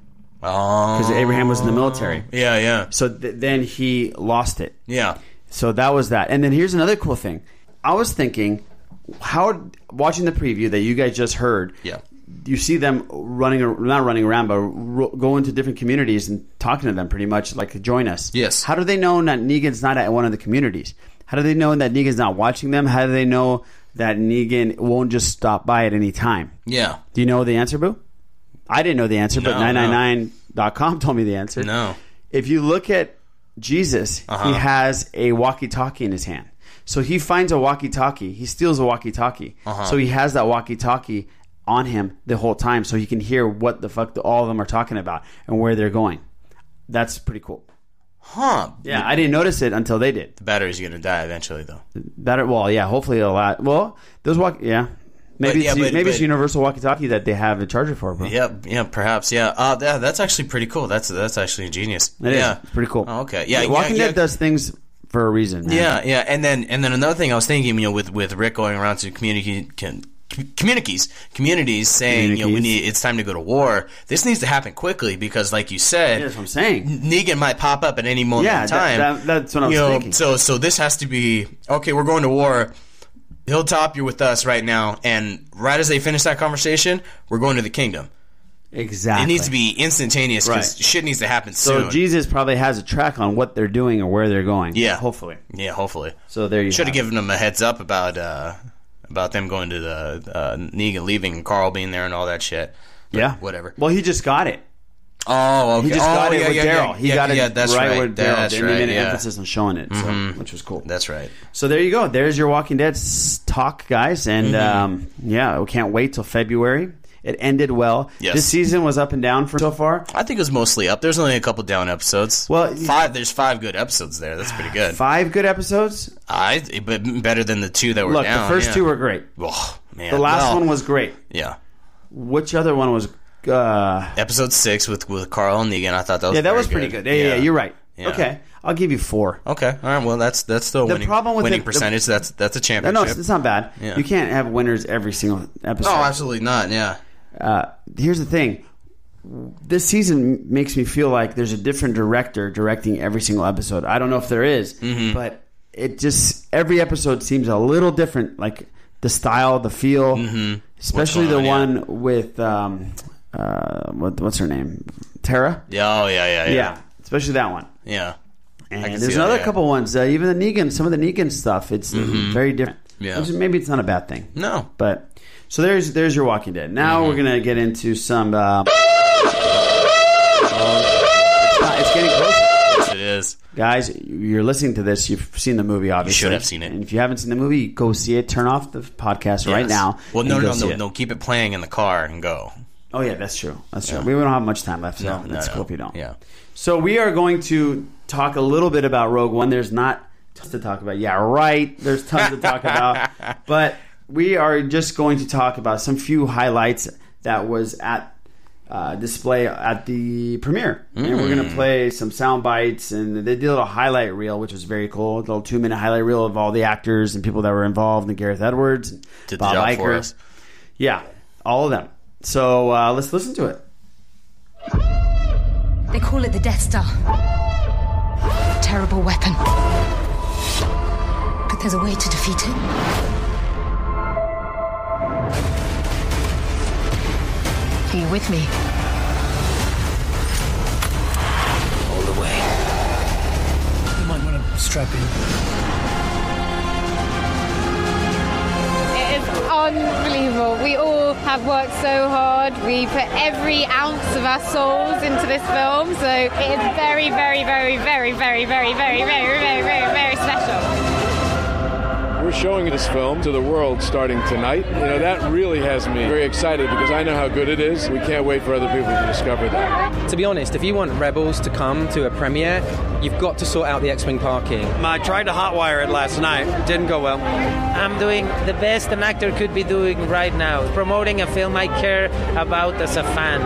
Oh.
because Abraham was in the military.
Yeah, yeah.
So th- then he lost it.
Yeah.
So that was that. And then here's another cool thing. I was thinking, how watching the preview that you guys just heard.
Yeah.
You see them running, ar- not running around, but ro- going to different communities and talking to them, pretty much like join us. Yes. How do they know that Negan's not at one of the communities? How do they know that Negan's not watching them? How do they know that Negan won't just stop by at any time?
Yeah.
Do you know the answer, Boo? I didn't know the answer, but
No, no.
999.com told me the answer.
No.
If you look at Jesus,
Uh-huh.
he has a walkie talkie in his hand. So he finds a walkie talkie. He steals a walkie talkie.
Uh-huh.
So he has that walkie talkie on him the whole time so he can hear what the fuck the, all of them are talking about and where they're going. That's pretty cool.
Huh.
Yeah, I didn't notice it until they did.
The battery's gonna die eventually though.
Better, well, yeah, hopefully a lot. Well, those walk, yeah. Maybe
But, yeah,
it's,
but-
maybe it's
but-
universal walkie talkie that they have a charger for, bro.
Yeah, yeah, perhaps. Yeah. Uh that, that's actually pretty cool. That's that's actually ingenious.
It is.
yeah.
It's pretty cool.
Oh, okay. Yeah, yeah,
Walking
yeah.
Dead does things for a reason. Man.
Yeah, yeah, and then and then another thing I was thinking, you know, with with Rick going around to community can communities communities saying you know we need it's time to go to war this needs to happen quickly because like you said
Yeah, that's what I'm saying.
Negan might pop up at any moment
Yeah,
in
that-
time
that- that's what I was
you know,
thinking.
so so this has to be okay we're going to war Hilltop you're with us right now and right as they finish that conversation we're going to the kingdom
Exactly.
it needs to be instantaneous because
Right.
shit needs to happen
So
soon
Jesus probably has a track on what they're doing or where they're going.
yeah
hopefully
yeah hopefully
So there you
should
have
have given them a heads up about uh about them going to the uh, Negan leaving and Carl being there and all that shit But
Yeah.
whatever
Well, he just got it.
Oh, okay.
He just
Oh,
got it
yeah,
with
yeah,
Daryl.
yeah.
He
Yeah,
got it
yeah, that's
right,
right.
with Daryl.
That's
and he
right,
made an
yeah.
emphasis on showing it, so,
Mhm.
which was cool.
That's right.
So there you go. There's your Walking Dead s- talk, guys. And
Mhm.
um, yeah, we can't wait till February. It ended well.
Yes.
This season was up and down for so far.
I think it was mostly up. There's only a couple down episodes. Well, five. There's five good episodes there. That's pretty good.
Five good episodes.
I but better than the two that were
Look,
down.
the first
yeah.
two were great.
Oh, man.
The last
Well,
one was great.
Yeah.
Which other one was? Uh,
Episode six with with Carl and Negan. I thought that was
yeah, that
very
was pretty good. Yeah, yeah, yeah, you're right.
Yeah.
Okay, I'll give you four.
Okay, all right. Well, that's that's still
The
winning.
problem with
winning
it- the-
percentage. that's that's a
No,
championship.
no, it's, it's not bad.
Yeah.
You can't have winners every single episode.
No, Oh, absolutely not. Yeah.
Uh, here's the thing. This season makes me feel like there's a different director directing every single episode. I don't know if there is,
Mm-hmm.
but it just every episode seems a little different. Like the style, the feel, especially the
Mm-hmm. What's going
one with um, uh, what, what's her name, Tara.
Yeah. Oh, yeah, yeah, yeah.
yeah, especially that one.
Yeah. I can
And
see
there's
that,
another
yeah.
couple ones. Uh, even the Negan, some of the Negan stuff, it's
Mhm.
very different.
Yeah.
Which is- maybe it's not a bad thing.
No.
But so there's there's your Walking Dead. Now
Mm-hmm.
we're gonna get into some. Uh, it's, not- it's getting closer,
Yes, it is.
guys. You're listening to this. You've seen the movie, obviously.
should have seen it.
And if you haven't seen the movie, go see it. Turn off the podcast right
Yes.
now.
Well, no,
and go
no,
see
no,
it.
no, no. Keep it playing in the car and go.
Oh yeah, that's true. That's true.
Yeah.
We don't have much time left, so
No, no,
that's
no.
cool if you don't.
Yeah.
So we are going to talk a little bit about Rogue One. There's not tons to talk about. Yeah, right. There's tons to talk about, but we are just going to talk about some few highlights that was at uh, display at the premiere, and we're
Mm.
going to play some sound bites. And they did a little highlight reel, which was very cool. A little two minute highlight reel of all the actors and people that were involved, and Gareth Edwards, and
Did the
Bob
job
Iger.
for us.
Yeah, all of them. So uh, let's listen to it.
They call it the Death Star. Terrible weapon. But there's a way to defeat it. Are you with me?
All the way. You might want to strap in.
It is unbelievable. We all have worked so hard. We put every ounce of our souls into this film, so it is very, very, very, very, very, very, very, very, very, very, very special.
We're showing this film to the world starting tonight. You know, that really has me very excited because I know how good it is. We can't wait for other people to discover that.
To be honest, if you want Rebels to come to a premiere, you've got to sort out the X-wing parking.
I tried to hotwire it last night. Didn't go well. I'm doing the best an actor could be doing right now, promoting a film I care about as a fan.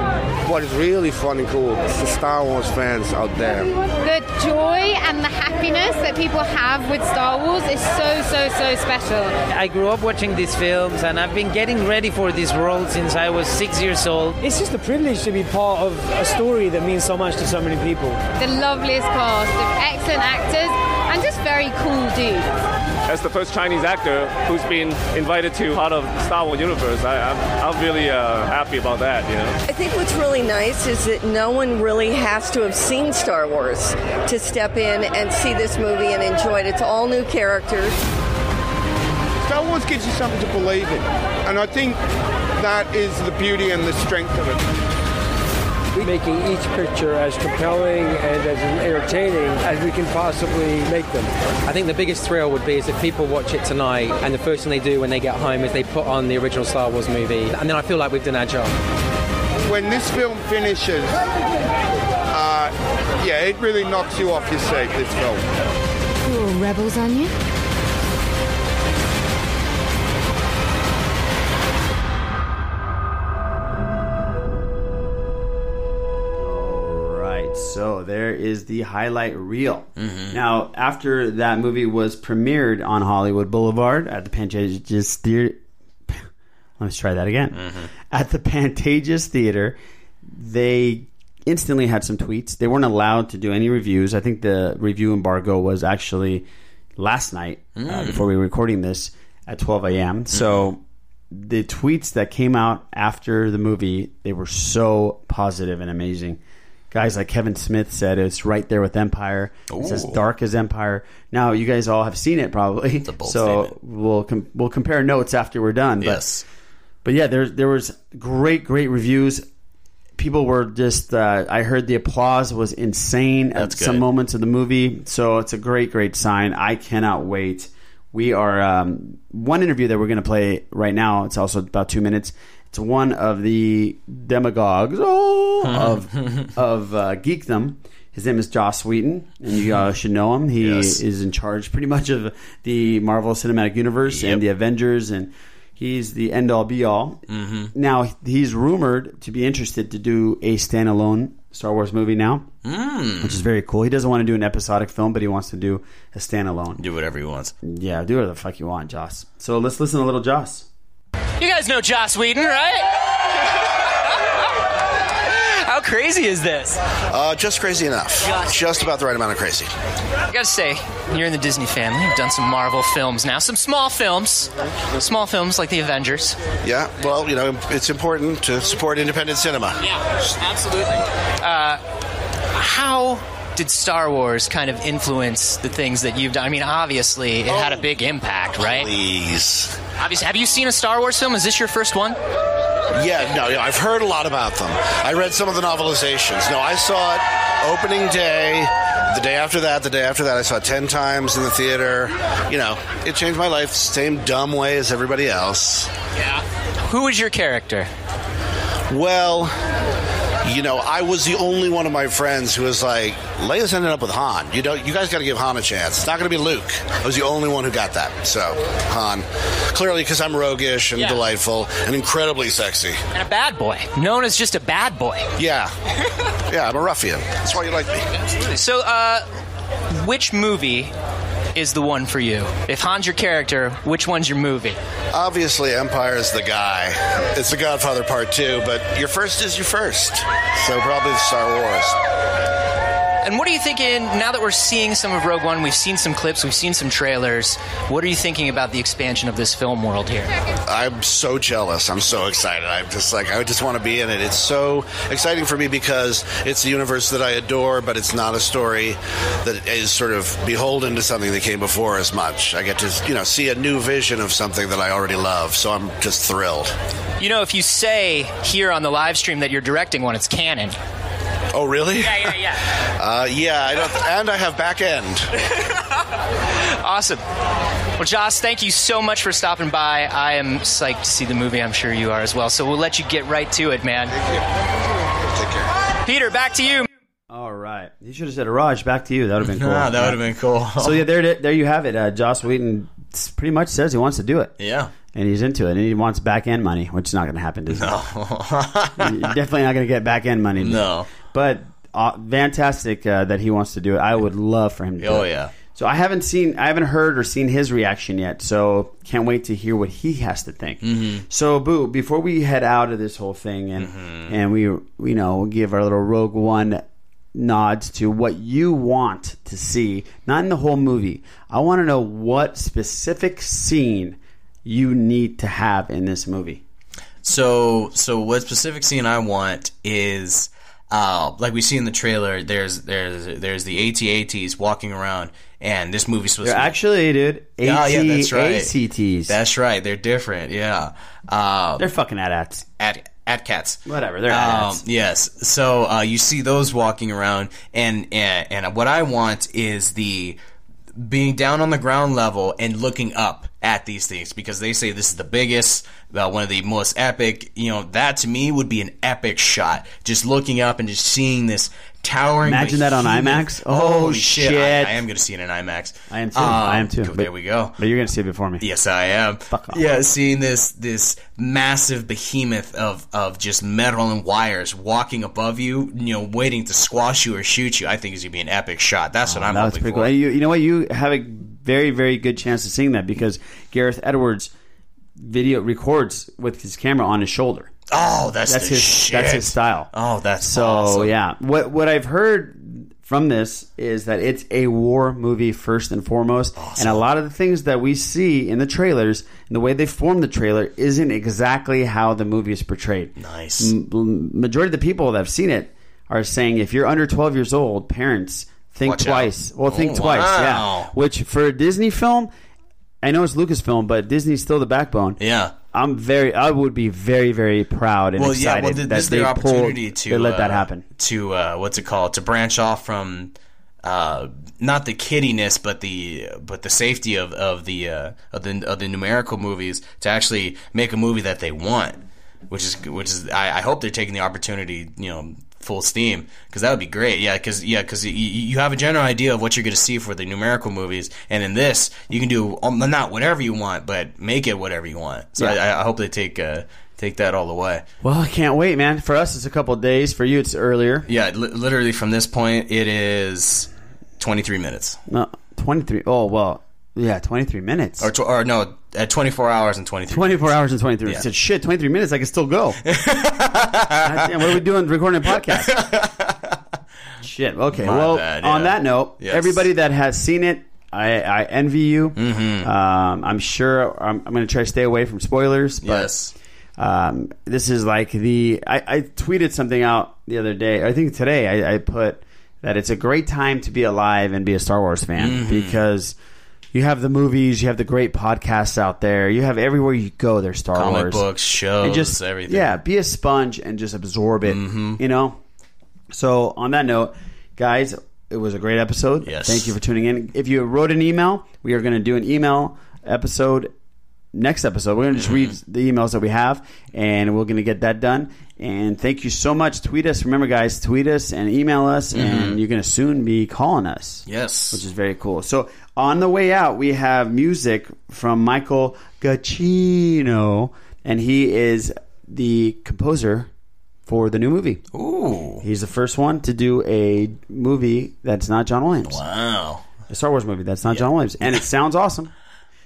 What is really fun and cool is the Star Wars fans out there.
The joy and the happiness that people have with Star Wars is so, so, so special.
I grew up watching these films, and I've been getting ready for this role since I was six years old.
It's just a privilege to be part of a story that means so much to so many people.
The loveliest cast of excellent actors and just very cool dudes.
As the first Chinese actor who's been invited to part of Star Wars universe, I, I'm, I'm really uh, happy about that. You know.
I think what's really nice is that no one really has to have seen Star Wars to step in and see this movie and enjoy it. It's all new characters.
Star Wars gives you something to believe in, and I think that is the beauty and the strength of it.
Making each picture as compelling and as entertaining as we can possibly make them.
I think the biggest thrill would be is if people watch it tonight, and the first thing they do when they get home is they put on the original Star Wars movie, and then I feel like we've done our job.
When this film finishes, uh, yeah, it really knocks you off your seat. This film.
You're all rebels, aren't you?
Right. So there is the highlight reel. Now, after that movie was premiered on Hollywood Boulevard at the Pantages Theater. Let's try that again.
Mm-hmm.
At the Pantages Theater, they instantly had some tweets. They weren't allowed to do any reviews. I think the review embargo was actually last night uh,
Mm. Mm-hmm.
before we were recording this at 12 a.m. So the tweets that came out after the movie, they were so positive and amazing. Guys like Kevin Smith said, it's right there with Empire. It's as
Ooh.
dark as Empire. Now you guys all have seen it probably, so we'll com- we'll compare notes after we're done. But,
Yes.
but yeah, there there was great great reviews. People were just. Uh, I heard the applause was insane at some moments of the movie. So it's a great great sign. I cannot wait. We are um, one interview that we're going to play right now. It's also about two minutes. It's one of the demagogues oh, of of uh, geekdom. His name is Joss Whedon, and you uh, should know him. He is in charge pretty much of the Marvel Cinematic Universe and the Avengers, and he's the end all be all.
Mm-hmm.
Now he's rumored to be interested to do a standalone Star Wars movie now,
Mm.
which is very cool. He doesn't want to do an episodic film, but he wants to do a standalone.
Do whatever he wants.
Yeah, do whatever the fuck you want, Joss. So let's listen to a little Joss.
You guys know Joss Whedon, right? How crazy is this?
Uh, just crazy enough. Just, about the right amount of crazy.
I gotta say, you're in the Disney family. You've done some Marvel films now, some small films, small films like The Avengers.
Yeah, well, you know, it's important to support independent cinema.
absolutely. Uh, how did Star Wars kind of influence the things that you've done? I mean, obviously, it had a big impact, right?
Please.
Obviously, have you seen a Star Wars film? Is this your first one?
Yeah, no, yeah, I've heard a lot about them. I read some of the novelizations. No, I saw it opening day, the day after that, the day after that. I saw it 10 times in the theater. You know, it changed my life, same dumb way as everybody else.
Yeah. Who was your character?
Well, you know, I was the only one of my friends who was like, Leia's ended up with Han. You know, you guys got to give Han a chance. It's not going to be Luke. I was the only one who got that. So, Han. Clearly, because I'm roguish and delightful and incredibly sexy.
And a bad boy. Known as just a bad boy.
Yeah. yeah, I'm a ruffian. That's why you like me.
So, uh, which movie is the one for you? If Han's your character, which one's your movie?
Obviously, Empire's the guy. It's The Godfather Part 2, but your first is your first. So, probably Star Wars.
And what are you thinking now that we're seeing some of Rogue One? We've seen some clips, we've seen some trailers. What are you thinking about the expansion of this film world here?
I'm so jealous. I'm so excited. I'm just like, I just want to be in it. It's so exciting for me because it's a universe that I adore, but it's not a story that is sort of beholden to something that came before as much. I get to, you know, see a new vision of something that I already love. So I'm just thrilled.
You know, if you say here on the live stream that you're directing one, it's canon.
Oh, really?
Yeah, yeah, yeah.
Uh, yeah, I don't, and I have back end.
awesome. Well, Joss, thank you so much for stopping by. I am psyched to see the movie. I'm sure you are as well. So we'll let you get right to it, man. Peter, back to you.
All right. You should have said, Raj, back to you. That would have been cool.
Ah, that would've been cool.
so, yeah, there, it- there you have it. Uh, Joss Whedon s- pretty much says he wants to do it.
Yeah.
And he's into it. And he wants back end money, which is not going to happen, does no. You're definitely not going to get back end money.
No.
But uh, fantastic uh, that he wants to do it. I would love for him to do
Oh,
it.
yeah.
So I haven't seen, I haven't heard or seen his reaction yet. So can't wait to hear what he has to think.
Mhm.
So, Boo, before we head out of this whole thing and
Mm-hmm.
and we you know give our little Rogue One nods to what you want to see, not in the whole movie. I want to know what specific scene you need to have in this movie.
So so what specific scene I want is uh, like we see in the trailer. There's there's there's the AT-ATs walking around, and this movie's supposed
They're
to be
actually, dude, AT,
Yeah, yeah, that's right.
ACTs.
That's right. They're different. Yeah. Um,
they're fucking at-ats.
At at cats.
Whatever, they're at-ats.
Um, Yes. So uh, you see those walking around, and, and and what I want is the being down on the ground level and looking up at these things because they say this is the biggest, uh, one of the most epic. You know, that to me would be an epic shot. Just looking up and just seeing this towering.
Imagine that on
behemoth.
IMAX. Oh,
Holy
shit.
I, I am going to see it in IMAX.
I am too. I am too.
There we um, go.
But you're gonna see it before me.
Yes, I am. Yeah, seeing this this massive behemoth of of just metal and wires walking above you, you know, waiting to squash you or shoot you, I think is gonna be an epic shot. That's what I'm
That's
hoping
Oh, pretty
for.
cool. And you, you know what? You have a very, very good chance of seeing that because Gareth Edwards video records with his camera on his shoulder.
Oh, that's the
his
shit.
that's his style.
Oh, that's
so
awesome.
yeah. What what I've heard from this is that it's a war movie first and foremost, and a lot of the things that we see in the trailers and the way they form the trailer isn't exactly how the movie is portrayed.
Nice.
majority of the people that have seen it are saying if you're under 12 years old, parents think
Watch out.
twice. Well, think
Oh,
twice.
wow.
Yeah. Which for a Disney film, I know it's Lucasfilm, but Disney's still the backbone.
Yeah.
I'm very. I would be very, very proud and
well, yeah.
excited
Well, th-
that
this is
they
their
pulled-
opportunity to
they let that
uh,
happen.
To uh, what's it called? To branch off from uh, not the kiddiness, but the but the safety of of the uh, of the of the numerical movies to actually make a movie that they want, which is which is I, I hope they're taking the opportunity, you know. Full steam because that would be great, yeah. Because yeah, because you, you have a general idea of what you're going to see for the numerical movies, and in this you can do um, not whatever you want, but make it whatever you want. So
Yeah.
I, I hope they take uh, take that all the way.
Well, I can't wait, man. For us, it's a couple of days. For you, it's earlier.
Yeah, li- literally from this point, it is 23 minutes.
No, twenty three. Oh well, yeah, twenty three minutes.
Or, tw- or no, at 24 hours and 23
twenty four hours and twenty three.
Yeah.
minutes. I said, shit, twenty three minutes. I can still go. God damn, what are we doing? Recording a podcast. shit. Okay.
My
well,
bad,
on
yeah.
that note,
Yes.
everybody that has seen it. I, I envy you.
Mm-hmm.
Um, I'm sure I'm, I'm going to try to stay away from spoilers. But,
Yes.
Um, this is like the. I, I tweeted something out the other day. I think today I, I put that it's a great time to be alive and be a Star Wars fan
Mhm.
because you have the movies, you have the great podcasts out there, you have everywhere you go, there's Star
Comic
Wars.
books, shows,
And
everything. Mm-hmm.
Yeah, be a sponge and just absorb it, you know? So, on that note, guys, it was a great episode.
Yes.
Thank you for tuning in. If you wrote an email, we are going to do an email episode next episode. We're going to just read
Mm-hmm.
the emails that we have, and we're going to get that done. And thank you so much. Tweet us. Remember, guys, tweet us and email us, and you're going to soon be calling us.
Mm-hmm. Yes.
Which is very cool. So, on the way out, we have music from Michael Giacchino, and he is the composer for the new movie.
Ooh.
He's the first one to do a movie that's not John Williams.
Wow.
A Star Wars movie that's not John Williams. And it sounds awesome.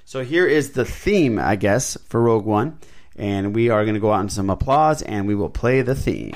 So here is the theme, I guess, for Rogue One. And we are going to go out in some applause and we will play the theme.